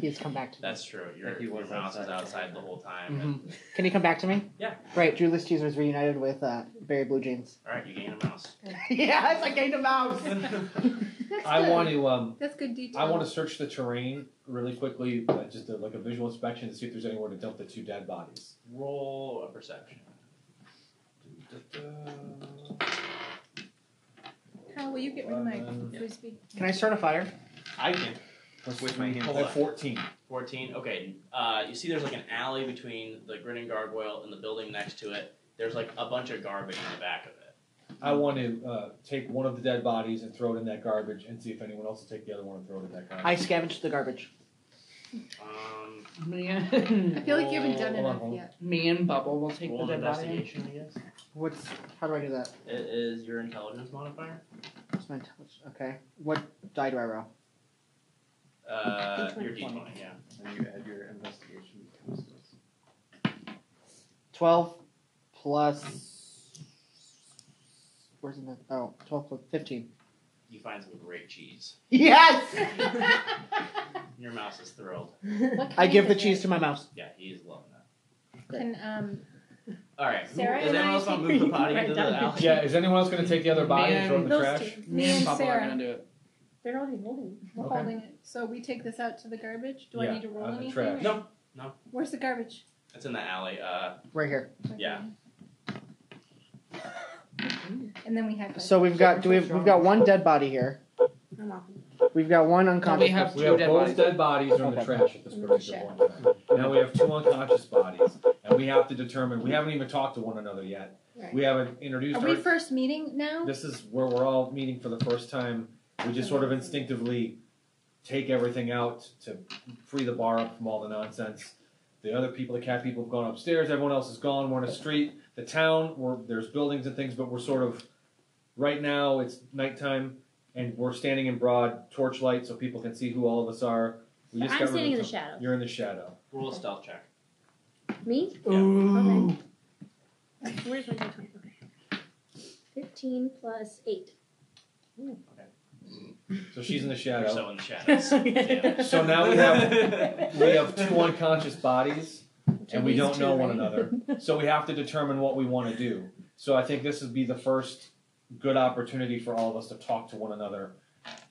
Speaker 7: He's come back to me.
Speaker 5: That's true. Your, your mouse is outside the whole time.
Speaker 7: Mhm. Can he come back to me?
Speaker 5: Yeah.
Speaker 7: Great. Julius Cheeser is reunited with uh, Barry Blue Jeans.
Speaker 5: All right, you gain a mouse.
Speaker 7: yes, I gained a mouse.
Speaker 12: That's
Speaker 10: I
Speaker 12: good.
Speaker 10: want to. Um,
Speaker 12: That's good detail.
Speaker 10: I want to search the terrain really quickly, uh, just a, like a visual inspection to see if there's anywhere to dump the two dead bodies.
Speaker 5: Roll a perception.
Speaker 16: How will you get rid of my frisbee?
Speaker 7: Can I start a fire?
Speaker 5: I can.
Speaker 10: With
Speaker 5: my hand.
Speaker 10: At fourteen.
Speaker 5: 14. Okay. Uh, you see, there's like an alley between the grinning gargoyle and the building next to it. There's like a bunch of garbage in the back of it.
Speaker 10: I want to uh, take one of the dead bodies and throw it in that garbage, and see if anyone else will take the other one and throw it in that garbage.
Speaker 7: I scavenged the garbage.
Speaker 5: Um,
Speaker 16: I feel like you haven't done enough yet.
Speaker 7: Me and Bubble will take
Speaker 5: Roll
Speaker 7: the
Speaker 5: an
Speaker 7: dead body.
Speaker 5: investigation, I guess.
Speaker 7: What's how do I do that?
Speaker 5: It is your intelligence modifier.
Speaker 7: What's my intelligence? Okay. What die do I roll?
Speaker 5: Uh,
Speaker 7: D20.
Speaker 5: your d20, yeah.
Speaker 4: And you add your investigation.
Speaker 7: Twelve plus. Where's the oh 12 plus fifteen?
Speaker 5: You find some great cheese.
Speaker 7: Yes.
Speaker 5: Your mouse is thrilled.
Speaker 7: I give the cheese to my mouse.
Speaker 5: Yeah, he is loving that.
Speaker 16: Can um,
Speaker 5: All right. who-
Speaker 16: Sarah
Speaker 5: Does
Speaker 16: and
Speaker 5: anyone
Speaker 16: I
Speaker 5: else want to
Speaker 16: think
Speaker 5: move the
Speaker 16: we
Speaker 5: potty
Speaker 16: write
Speaker 5: into
Speaker 16: down
Speaker 5: the
Speaker 16: the
Speaker 5: alley?
Speaker 10: Yeah, is anyone else going to take the other body and throw it in the
Speaker 16: Those
Speaker 10: trash?
Speaker 16: two.
Speaker 8: Me and
Speaker 16: and
Speaker 8: Bubble are
Speaker 16: Sarah.
Speaker 8: gonna do it.
Speaker 16: they're already holding. it. We're
Speaker 10: Okay.
Speaker 16: holding it. So we take this out to the garbage. Do
Speaker 10: Yeah,
Speaker 16: I need to roll
Speaker 10: out of the
Speaker 16: anything?
Speaker 10: trash.
Speaker 16: or-
Speaker 5: No, no.
Speaker 16: Where's the garbage?
Speaker 5: It's in the alley. Uh,
Speaker 7: Right here.
Speaker 5: yeah.
Speaker 16: And then we have. like-
Speaker 7: So we've got do we've we've got one dead body here.
Speaker 16: I'm off.
Speaker 7: We've got one unconscious.
Speaker 8: we have
Speaker 10: We
Speaker 8: two
Speaker 10: have
Speaker 8: dead
Speaker 10: both
Speaker 8: bodies.
Speaker 10: dead bodies are in the
Speaker 7: Okay.
Speaker 10: trash at this particular point. in time. Now we have two unconscious bodies, and we have to determine. We haven't even talked to one another yet.
Speaker 16: Right.
Speaker 10: We haven't introduced.
Speaker 16: Are
Speaker 10: our,
Speaker 16: we first meeting now?
Speaker 10: This is where we're all meeting for the first time. We just sort of instinctively take everything out to free the bar up from all the nonsense. The other people, the cat people, have gone upstairs. Everyone else is gone. We're in a street. The town. We're, there's buildings and things, but we're sort of right now. It's nighttime, and we're standing in broad torchlight so people can see who all of us are. We just
Speaker 12: I'm
Speaker 10: got rid
Speaker 12: standing
Speaker 10: of
Speaker 12: in the shadow.
Speaker 10: You're in the shadow.
Speaker 5: Roll a stealth check.
Speaker 12: Me?
Speaker 7: Ooh.
Speaker 12: Where's my d20? Okay. 15 plus 8.
Speaker 10: So she's in the
Speaker 5: You're
Speaker 10: shadow.
Speaker 5: so in the shadows. Yeah.
Speaker 10: So now we have we have two unconscious bodies, and we don't know one another. So we have to determine what we want to do. So I think this would be the first good opportunity for all of us to talk to one another,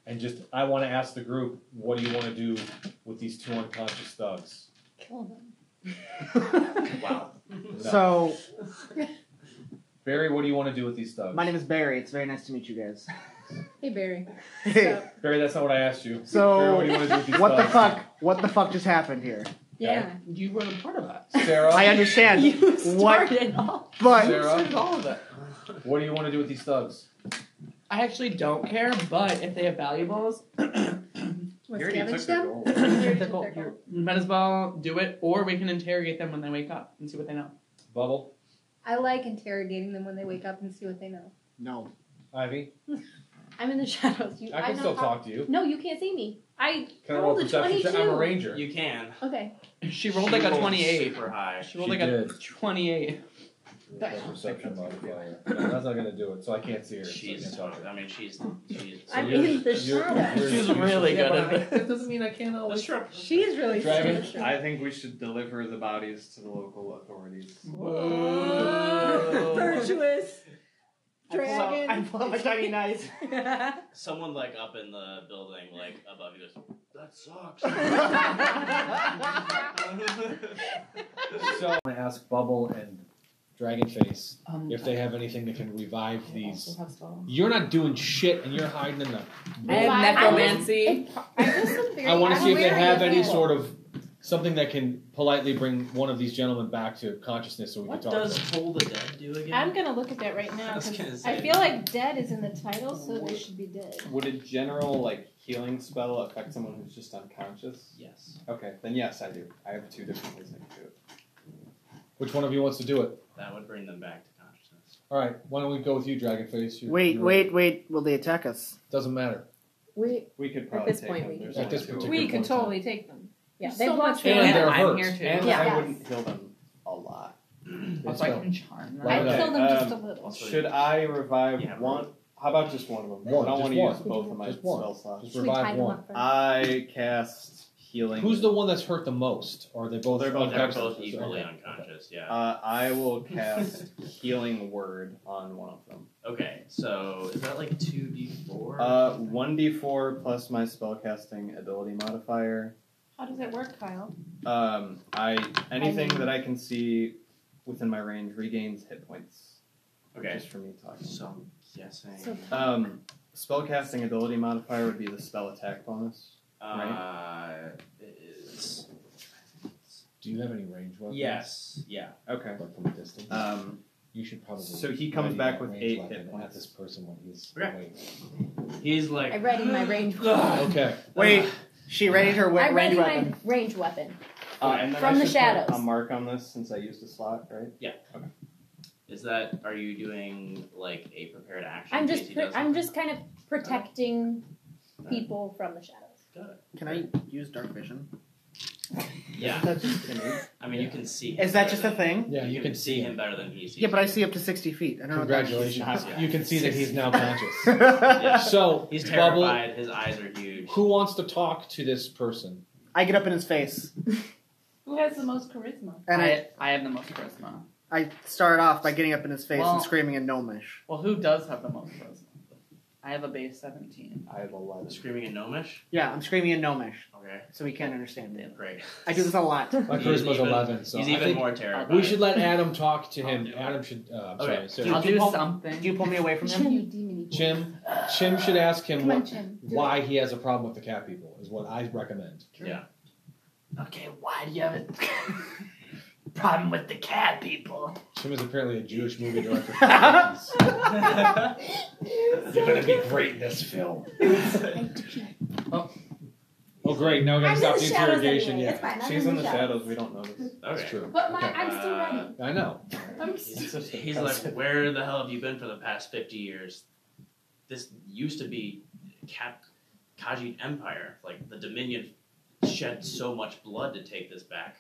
Speaker 10: and just I want to ask the group, what do you want to do with these two unconscious thugs?
Speaker 16: Kill them.
Speaker 5: Wow.
Speaker 7: Hmm. So
Speaker 10: Barry, what do you want to do with these thugs?
Speaker 7: my name is Barry. It's very nice to meet you guys.
Speaker 16: Hey Barry.
Speaker 7: Hey.
Speaker 10: Barry, that's not what I asked you. Barry,
Speaker 7: So
Speaker 10: what do you want to do with these
Speaker 7: what the
Speaker 10: thugs?
Speaker 7: fuck? What the fuck just happened here?
Speaker 16: Yeah.
Speaker 8: You were a part of that.
Speaker 10: Sarah,
Speaker 7: I understand. what?
Speaker 16: all.
Speaker 7: But
Speaker 8: I
Speaker 10: Sarah,
Speaker 8: did all of it.
Speaker 10: what do you want to do with these thugs?
Speaker 8: I actually don't care, but if they have valuables,
Speaker 16: Want
Speaker 10: You
Speaker 16: to
Speaker 10: already
Speaker 16: scavenge
Speaker 10: took their
Speaker 16: them?
Speaker 10: gold.
Speaker 16: They're-
Speaker 8: They're gold.
Speaker 16: they're gold.
Speaker 8: might as well do it, or we can interrogate them when they wake up and see what they know.
Speaker 10: Bubble,
Speaker 16: I like interrogating them when they wake up and see what they know.
Speaker 7: no.
Speaker 10: Ivy,
Speaker 12: I'm in the shadows. You,
Speaker 10: I can
Speaker 12: know
Speaker 10: still
Speaker 12: how-
Speaker 10: talk to you.
Speaker 12: No, you can't see me. I
Speaker 10: Can I roll
Speaker 12: rolled
Speaker 10: a
Speaker 12: a 22.
Speaker 10: perception check? I'm a ranger.
Speaker 5: You can.
Speaker 12: Okay.
Speaker 8: She rolled like a twenty-eight.
Speaker 5: Super high.
Speaker 8: She rolled
Speaker 10: She
Speaker 8: like a
Speaker 10: did.
Speaker 8: twenty-eight.
Speaker 10: That perception modifier. No, that's not gonna do it. So I can't see her. so I can't
Speaker 5: She's.
Speaker 10: talk to her.
Speaker 5: I mean, she's. she's
Speaker 10: So
Speaker 12: I'm
Speaker 10: you're-
Speaker 12: in the
Speaker 10: you're-
Speaker 12: shadow.
Speaker 10: you're-
Speaker 5: She's
Speaker 10: you're-
Speaker 5: really
Speaker 10: yeah,
Speaker 5: good at
Speaker 10: but I-
Speaker 5: it.
Speaker 10: That doesn't mean I can't
Speaker 5: That's
Speaker 10: always.
Speaker 5: true.
Speaker 16: She's really
Speaker 10: Driving?
Speaker 16: special.
Speaker 4: I think we should deliver the bodies to the local authorities.
Speaker 16: Virtuous.
Speaker 7: Dragon. I pull out my tiny knife.
Speaker 5: Someone like up in the building, like above you, goes, that sucks.
Speaker 10: So I'm gonna ask Bubble and Dragonface
Speaker 8: Um,
Speaker 10: if they have anything that can revive
Speaker 8: also
Speaker 10: these.
Speaker 8: have spells.
Speaker 10: You're not doing shit, and you're hiding in the.
Speaker 8: I have necromancy.
Speaker 10: I want to see if they have any sort of something that can politely bring one of these gentlemen back to consciousness, so we
Speaker 5: what
Speaker 10: can talk.
Speaker 5: does
Speaker 10: to them.
Speaker 5: Toll the Dead do again?
Speaker 16: I'm gonna look at that right now.
Speaker 5: I was gonna
Speaker 16: I
Speaker 5: say.
Speaker 16: feel like dead is in the title, so they should be dead.
Speaker 11: Would a general like
Speaker 4: healing spell affect someone who's just unconscious?
Speaker 5: Yes.
Speaker 4: Okay, then yes, I do. I have two different ways I can do it.
Speaker 10: Which one of you wants to do it?
Speaker 5: That would bring them back to consciousness.
Speaker 10: All right, why don't we go with you, Dragonface? You're-
Speaker 7: Wait,
Speaker 10: you're-
Speaker 7: wait, wait. Will they attack us?
Speaker 10: Doesn't matter.
Speaker 16: We,
Speaker 4: We could
Speaker 16: at
Speaker 4: probably
Speaker 16: this
Speaker 4: take
Speaker 16: point, we,
Speaker 4: them. There's
Speaker 10: At
Speaker 4: only
Speaker 10: this
Speaker 4: two.
Speaker 10: particular
Speaker 16: we could
Speaker 10: point in time.
Speaker 16: totally take them.
Speaker 12: Yeah,
Speaker 16: There's
Speaker 12: they
Speaker 16: so want
Speaker 12: much
Speaker 16: to-
Speaker 12: And
Speaker 10: they're
Speaker 4: I'm
Speaker 10: hurt.
Speaker 4: here too.
Speaker 10: And
Speaker 4: I
Speaker 16: Yeah.
Speaker 4: wouldn't heal them a lot.
Speaker 10: Yes,
Speaker 8: so I
Speaker 10: no.
Speaker 8: can charm them.
Speaker 10: Why
Speaker 16: I
Speaker 10: not?
Speaker 16: kill them just a
Speaker 4: Um,
Speaker 16: little.
Speaker 4: Should I revive one? How about just one of them?
Speaker 10: One,
Speaker 4: I don't want
Speaker 10: just
Speaker 4: to
Speaker 10: one.
Speaker 4: use both of my
Speaker 10: Just one.
Speaker 4: spell slots.
Speaker 10: Just revive one.
Speaker 4: I cast healing.
Speaker 10: Who's the one that's hurt the most? Or are they both?
Speaker 4: They're both-
Speaker 5: They're
Speaker 10: unconscious?
Speaker 5: both
Speaker 10: Okay.
Speaker 5: equally unconscious, yeah.
Speaker 4: Uh, I will cast healing word on one of them.
Speaker 5: Okay, so is that like 2d4?
Speaker 4: Uh, one d4 plus my spellcasting ability modifier.
Speaker 16: How does it work, Kyle?
Speaker 4: Um, I anything
Speaker 16: I mean-
Speaker 4: that I can see within my range regains hit points.
Speaker 5: okay,
Speaker 4: Just for me talking.
Speaker 5: so I'm guessing.
Speaker 16: So-
Speaker 4: Um, spellcasting ability modifier would be the spell attack bonus.
Speaker 5: uh, it is.
Speaker 10: Do you have any range weapons?
Speaker 5: Yes, yeah.
Speaker 4: Okay.
Speaker 10: Like from a distance?
Speaker 4: Um,
Speaker 10: you should probably.
Speaker 4: so he comes
Speaker 10: ready
Speaker 4: back
Speaker 10: that
Speaker 4: with
Speaker 10: range
Speaker 4: eight
Speaker 10: weapon
Speaker 4: hit points.
Speaker 10: At this person when he's
Speaker 5: Okay.
Speaker 10: awake.
Speaker 5: He's like.
Speaker 12: I ready my range weapon.
Speaker 10: Okay.
Speaker 7: Wait. She readied her
Speaker 12: I
Speaker 7: wet
Speaker 12: ready
Speaker 7: range weapon.
Speaker 12: my range weapon.
Speaker 4: Uh, and then I
Speaker 12: From the
Speaker 4: should put
Speaker 12: shadows.
Speaker 4: A mark on this since I used a slot, right?
Speaker 5: Is that are you doing like a prepared action?
Speaker 12: I'm
Speaker 5: in case
Speaker 12: just
Speaker 5: he
Speaker 12: pre-
Speaker 5: does
Speaker 12: I'm
Speaker 5: something?
Speaker 12: just kind of protecting
Speaker 5: Alright.
Speaker 12: people from the shadows.
Speaker 5: Got it.
Speaker 7: Can I use dark vision?
Speaker 5: Yeah.
Speaker 7: That's just-
Speaker 5: I mean, you can see. him
Speaker 7: Is that
Speaker 5: better
Speaker 7: just a
Speaker 5: than-
Speaker 7: thing?
Speaker 10: Yeah, you,
Speaker 5: You can see him better than he sees.
Speaker 7: Yeah, but I see up to sixty feet. I don't know. what that means.
Speaker 10: Congratulations.
Speaker 5: Yeah.
Speaker 10: You can see that he's now conscious.
Speaker 5: Yeah.
Speaker 10: So,
Speaker 5: Oh, He's
Speaker 10: Bubble,
Speaker 5: terrified. His eyes are huge.
Speaker 10: who wants to talk to this person?
Speaker 7: I get up in his face
Speaker 16: Who has the most charisma?
Speaker 7: and I,
Speaker 8: I, I have the most charisma.
Speaker 7: I start off by getting up in his face
Speaker 8: Well-
Speaker 7: and screaming in gnomish.
Speaker 8: Well, who does have the most charisma? I have a base 17.
Speaker 4: I have eleven.
Speaker 5: Screaming in gnomish.
Speaker 7: Yeah, I'm screaming in gnomish
Speaker 5: Okay,
Speaker 7: so he can't understand me.
Speaker 5: great.
Speaker 7: I do this a lot.
Speaker 10: My
Speaker 5: He's
Speaker 10: charisma's
Speaker 5: even-
Speaker 10: eleven, so
Speaker 5: he's
Speaker 10: I
Speaker 5: even
Speaker 10: think
Speaker 5: more terrified.
Speaker 10: we should let Adam talk to
Speaker 5: I'll
Speaker 10: him.
Speaker 5: do it.
Speaker 10: Adam should. Uh, I'm
Speaker 5: Okay.
Speaker 10: sorry,
Speaker 8: I'll
Speaker 10: Sarah.
Speaker 7: Do
Speaker 8: do
Speaker 7: you-
Speaker 8: something.
Speaker 7: Do you pull me away from
Speaker 12: Jim,
Speaker 7: him?
Speaker 12: you demony boy.
Speaker 10: Jim, Jim should ask him
Speaker 12: Come on,
Speaker 10: what,
Speaker 12: Jim. Do
Speaker 10: why he has a problem with the cat people. Is what I recommend.
Speaker 5: Yeah.
Speaker 8: okay, why do you have a problem with the cat people?
Speaker 10: Jim is apparently a Jewish movie director. from the 50s. You're gonna be great in this film. Oh, great! Now we
Speaker 12: I'm in
Speaker 10: gotta stop
Speaker 12: the
Speaker 10: the
Speaker 12: shadows
Speaker 10: interrogation.
Speaker 12: anyway. It's
Speaker 10: yeah,
Speaker 12: fine. I'm
Speaker 4: She's
Speaker 12: in
Speaker 4: in the shadows. We don't notice.
Speaker 5: Okay.
Speaker 10: that's true.
Speaker 12: But my,
Speaker 10: Okay.
Speaker 12: I'm still ready.
Speaker 10: I know.
Speaker 16: I'm
Speaker 5: He's,
Speaker 4: Such a
Speaker 5: he's
Speaker 4: concept.
Speaker 5: like, where the hell have you been for the past fifty years? This used to be Cap Khajiit Empire. Like the Dominion shed so much blood to take this back.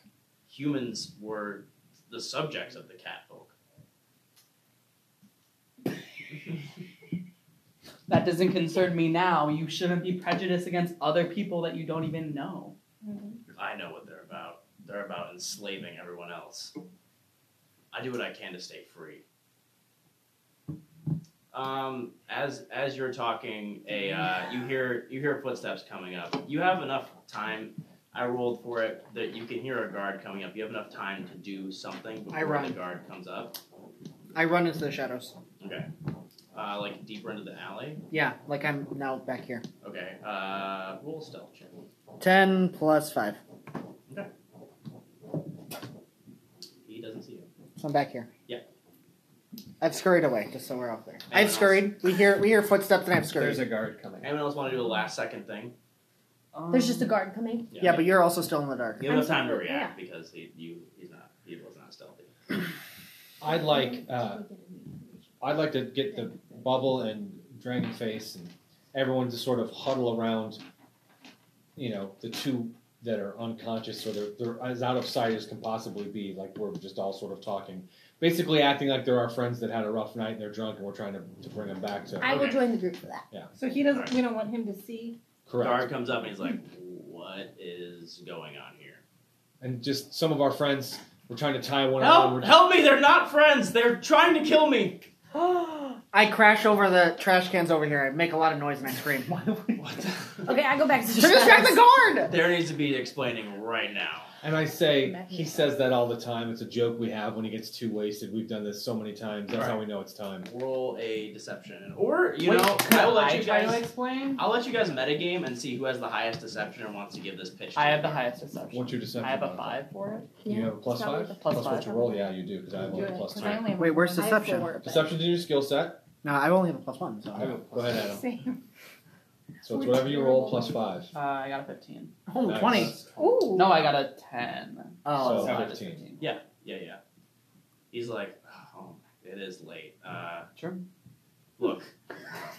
Speaker 5: Humans were the subjects of the cat folk.
Speaker 8: That doesn't concern me now. You shouldn't be prejudiced against other people that you don't even know.
Speaker 5: I know what they're about. They're about enslaving everyone else. I do what I can to stay free. Um, as as you're talking, a uh, you hear you hear footsteps coming up. You have enough time. I rolled for it that you can hear a guard coming up. You have enough time to do something
Speaker 7: I
Speaker 5: before
Speaker 7: run.
Speaker 5: the guard comes up.
Speaker 7: I run into the shadows.
Speaker 5: Okay, uh, like deeper into the alley.
Speaker 7: Yeah, like I'm now back here.
Speaker 5: Okay, uh, roll stealth check.
Speaker 7: Ten plus five,
Speaker 5: He doesn't see you.
Speaker 7: so I'm back here.
Speaker 5: Yeah.
Speaker 7: I've scurried away, just so we're out there.
Speaker 5: Anyone
Speaker 7: I've scurried. We hear we hear footsteps and I've scurried.
Speaker 4: There's a guard coming.
Speaker 5: Anyone else want to do a last second thing?
Speaker 8: Um,
Speaker 12: There's just a guard coming.
Speaker 7: yeah, but you're also still in the dark.
Speaker 5: You have
Speaker 12: I'm
Speaker 5: time to
Speaker 12: sorry,
Speaker 5: react because he you he's not he was not stealthy.
Speaker 10: I'd like. Uh, I'd like to get the bubble and dragon face and everyone to sort of huddle around, you know, the two that are unconscious or they're, they're as out of sight as can possibly be. Like we're just all sort of talking, basically acting like they're our friends that had a rough night and they're drunk and we're trying to, to bring them back to
Speaker 12: I will
Speaker 5: Okay.
Speaker 12: join the group for that.
Speaker 16: So he doesn't. We don't want him to see.
Speaker 10: correct.
Speaker 5: Guard comes up and he's like, "What is going on here?
Speaker 10: And just some of our friends, we're trying to tie one on.
Speaker 5: Help!
Speaker 10: We're-
Speaker 5: Help me! They're not friends. They're trying to kill me.
Speaker 7: I crash over the trash cans over here. I make a lot of noise and I scream.
Speaker 5: What? The?
Speaker 12: Okay, I go back to the
Speaker 7: to distract the guard.
Speaker 5: There needs to be explaining right now.
Speaker 10: And I say, he says that all the time. It's a joke we have when he gets too wasted. We've done this so many times. That's how we know it's time.
Speaker 5: Roll a deception, or you
Speaker 8: Wait,
Speaker 5: know,
Speaker 8: can
Speaker 5: I'll let
Speaker 8: I
Speaker 5: you
Speaker 8: try to
Speaker 5: guys.
Speaker 8: explain?
Speaker 5: I'll let you guys metagame and see who has the highest deception and wants to give this pitch. To
Speaker 8: I
Speaker 5: you.
Speaker 8: have the highest deception.
Speaker 10: What's your deception?
Speaker 8: I have a
Speaker 10: modifier?
Speaker 8: five for it.
Speaker 10: You have a plus
Speaker 12: Start
Speaker 10: five?
Speaker 12: with
Speaker 8: Plus
Speaker 10: what
Speaker 8: five.
Speaker 10: you roll? Yeah, you do, because I have
Speaker 16: Do
Speaker 10: only
Speaker 16: it,
Speaker 10: a plus
Speaker 16: 'cause
Speaker 10: three.
Speaker 16: I only have
Speaker 7: Wait, where's
Speaker 16: one.
Speaker 12: I have
Speaker 7: deception?
Speaker 12: four, but-
Speaker 10: Deception's in your skill set.
Speaker 7: No, I only have a plus one. So.
Speaker 10: Go ahead, Adam.
Speaker 16: Same.
Speaker 10: So it's whatever you roll plus five.
Speaker 8: Uh, I got a 15.
Speaker 10: Oh, Nice. 20.
Speaker 12: Ooh.
Speaker 8: No, I got a 10.
Speaker 5: Oh,
Speaker 8: so
Speaker 5: so
Speaker 8: I just-
Speaker 5: 15. Yeah, yeah, yeah. He's like, oh, it is late. Uh,
Speaker 8: sure.
Speaker 5: Look,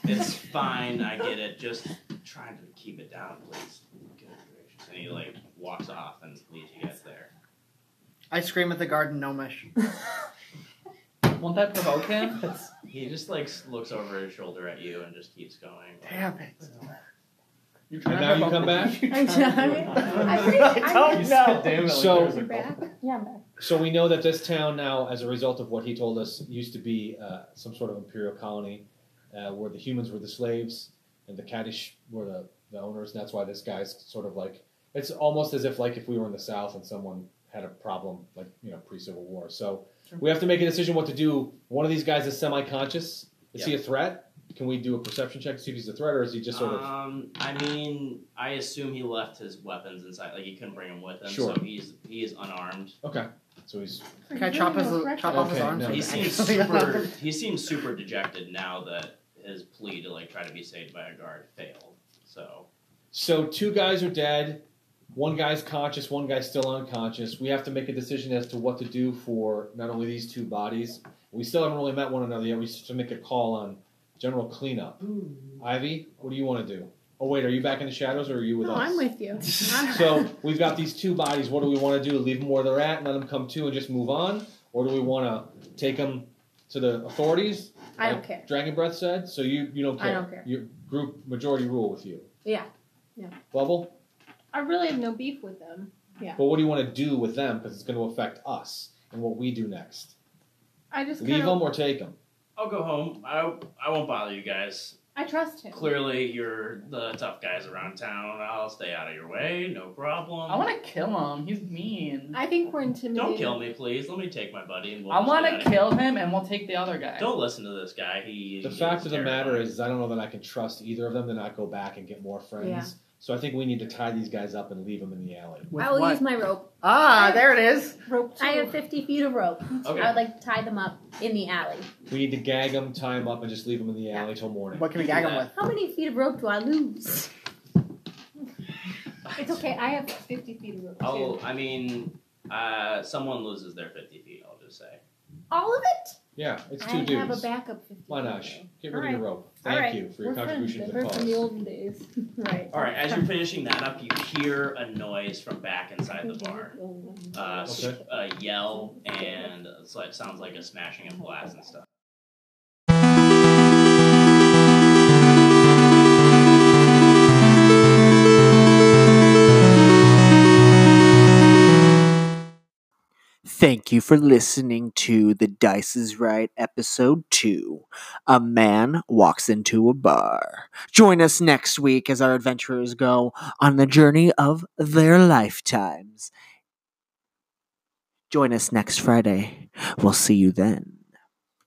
Speaker 5: it's fine. I get it. Just trying to keep it down, please. Good gracious. And he like walks off and leaves you guys there.
Speaker 7: I scream at the garden gnomish.
Speaker 8: Won't that provoke him?
Speaker 5: He just like looks over his shoulder at you and just keeps going.
Speaker 7: Damn it.
Speaker 10: And now you come back.
Speaker 12: I'm sorry. I think
Speaker 7: I don't
Speaker 12: I'm-
Speaker 10: know.
Speaker 3: Damn it, like
Speaker 10: So-
Speaker 3: there's a-
Speaker 12: You back? Yeah, I'm back.
Speaker 10: So we know that this town now, as a result of what he told us, used to be uh, some sort of imperial colony uh, where the humans were the slaves and the Kaddish were the, the owners. And that's why this guy's sort of like it's almost as if like if we were in the South and someone had a problem like you know pre Civil War. So we have to make a decision what to do. One of these guys is semi-conscious. Is he a threat? Can we do a perception check to see if he's a threat, or is he just sort of?
Speaker 5: Um, I mean, I assume he left his weapons inside. Like he couldn't bring them with him,
Speaker 10: Sure.
Speaker 5: so he's he is unarmed.
Speaker 10: Okay, so he's.
Speaker 7: Can I chop his- chop off his Okay, arms? no,
Speaker 5: he
Speaker 7: no.
Speaker 5: seems super. He seems super dejected now that his plea to like try to be saved by a guard failed. So
Speaker 10: So two guys are dead, one guy's conscious, one guy's still unconscious. We have to make a decision as to what to do for not only these two bodies. We still haven't really met one another yet. We just have to make a call on general cleanup. Ivy, what do you want to do? Oh wait, are you back in the shadows or are you with
Speaker 16: No,
Speaker 10: us?
Speaker 16: I'm with you.
Speaker 10: so we've got these two bodies. What do we want to do? Leave them where they're at and let them come to and just move on, or do we want to take them to the authorities?
Speaker 16: I don't
Speaker 10: like
Speaker 16: care.
Speaker 10: Dragon Breath said. So you you don't
Speaker 16: I
Speaker 10: care.
Speaker 16: don't care.
Speaker 10: Your group majority rule with you.
Speaker 16: Yeah. Yeah.
Speaker 10: Bubble.
Speaker 16: I really have no beef with them. Yeah.
Speaker 10: But what do you want to do with them? Because it's going to affect us and what we do next.
Speaker 16: I just
Speaker 10: Leave
Speaker 16: kind
Speaker 10: them
Speaker 16: of.
Speaker 10: or take them.
Speaker 5: I'll go home. I I won't bother you guys.
Speaker 16: I trust him.
Speaker 5: Clearly, you're the tough guys around town. I'll stay out of your way. No problem.
Speaker 8: I want to kill him. He's mean.
Speaker 16: I think we're intimidated.
Speaker 5: Don't kill me, please. Let me take my buddy. And we'll
Speaker 8: I
Speaker 5: just
Speaker 8: want
Speaker 5: get out of
Speaker 8: to kill him and we'll take the other guy.
Speaker 5: here. Don't listen to this guy. He.
Speaker 10: The
Speaker 5: he
Speaker 10: fact
Speaker 5: is
Speaker 10: of the
Speaker 5: terrifying.
Speaker 10: matter is, I don't know that I can trust either of them to not go back and get more friends.
Speaker 16: Yeah.
Speaker 10: So I think we need to tie these guys up and leave them in the alley.
Speaker 12: I will use my rope.
Speaker 7: Ah, there it is.
Speaker 12: Rope. I have 50 feet of rope.
Speaker 10: Okay.
Speaker 12: I would like to tie them up in the alley.
Speaker 10: We need to gag them, tie them up, and just leave them in the alley till morning.
Speaker 7: What can we gag them with?
Speaker 12: How many feet of rope do I lose?
Speaker 9: It's okay. I have 50 feet of rope. too.
Speaker 5: Oh, I mean, uh, someone loses their fifty feet. I'll just say.
Speaker 9: All of it?
Speaker 10: Yeah, it's
Speaker 9: I
Speaker 10: two
Speaker 9: have a
Speaker 10: dudes.
Speaker 9: backup 50.
Speaker 10: Lanash, get rid
Speaker 9: All
Speaker 10: of
Speaker 9: right.
Speaker 10: your rope.
Speaker 9: All
Speaker 10: Thank
Speaker 9: right.
Speaker 10: you for your
Speaker 9: We're friends.
Speaker 10: contribution to
Speaker 9: We're
Speaker 10: the
Speaker 9: from
Speaker 10: cause.
Speaker 9: the olden days. right.
Speaker 5: All right. As you're finishing that up, you hear a noise from back inside the bar. Uh, s-
Speaker 10: Okay.
Speaker 5: a yell and it's like sounds like a smashing and blast and stuff.
Speaker 1: Thank you for listening to the Dice is Right episode 2. A man walks into a bar. Join us next week as our adventurers go on the journey of their lifetimes. Join us next Friday. We'll see you then.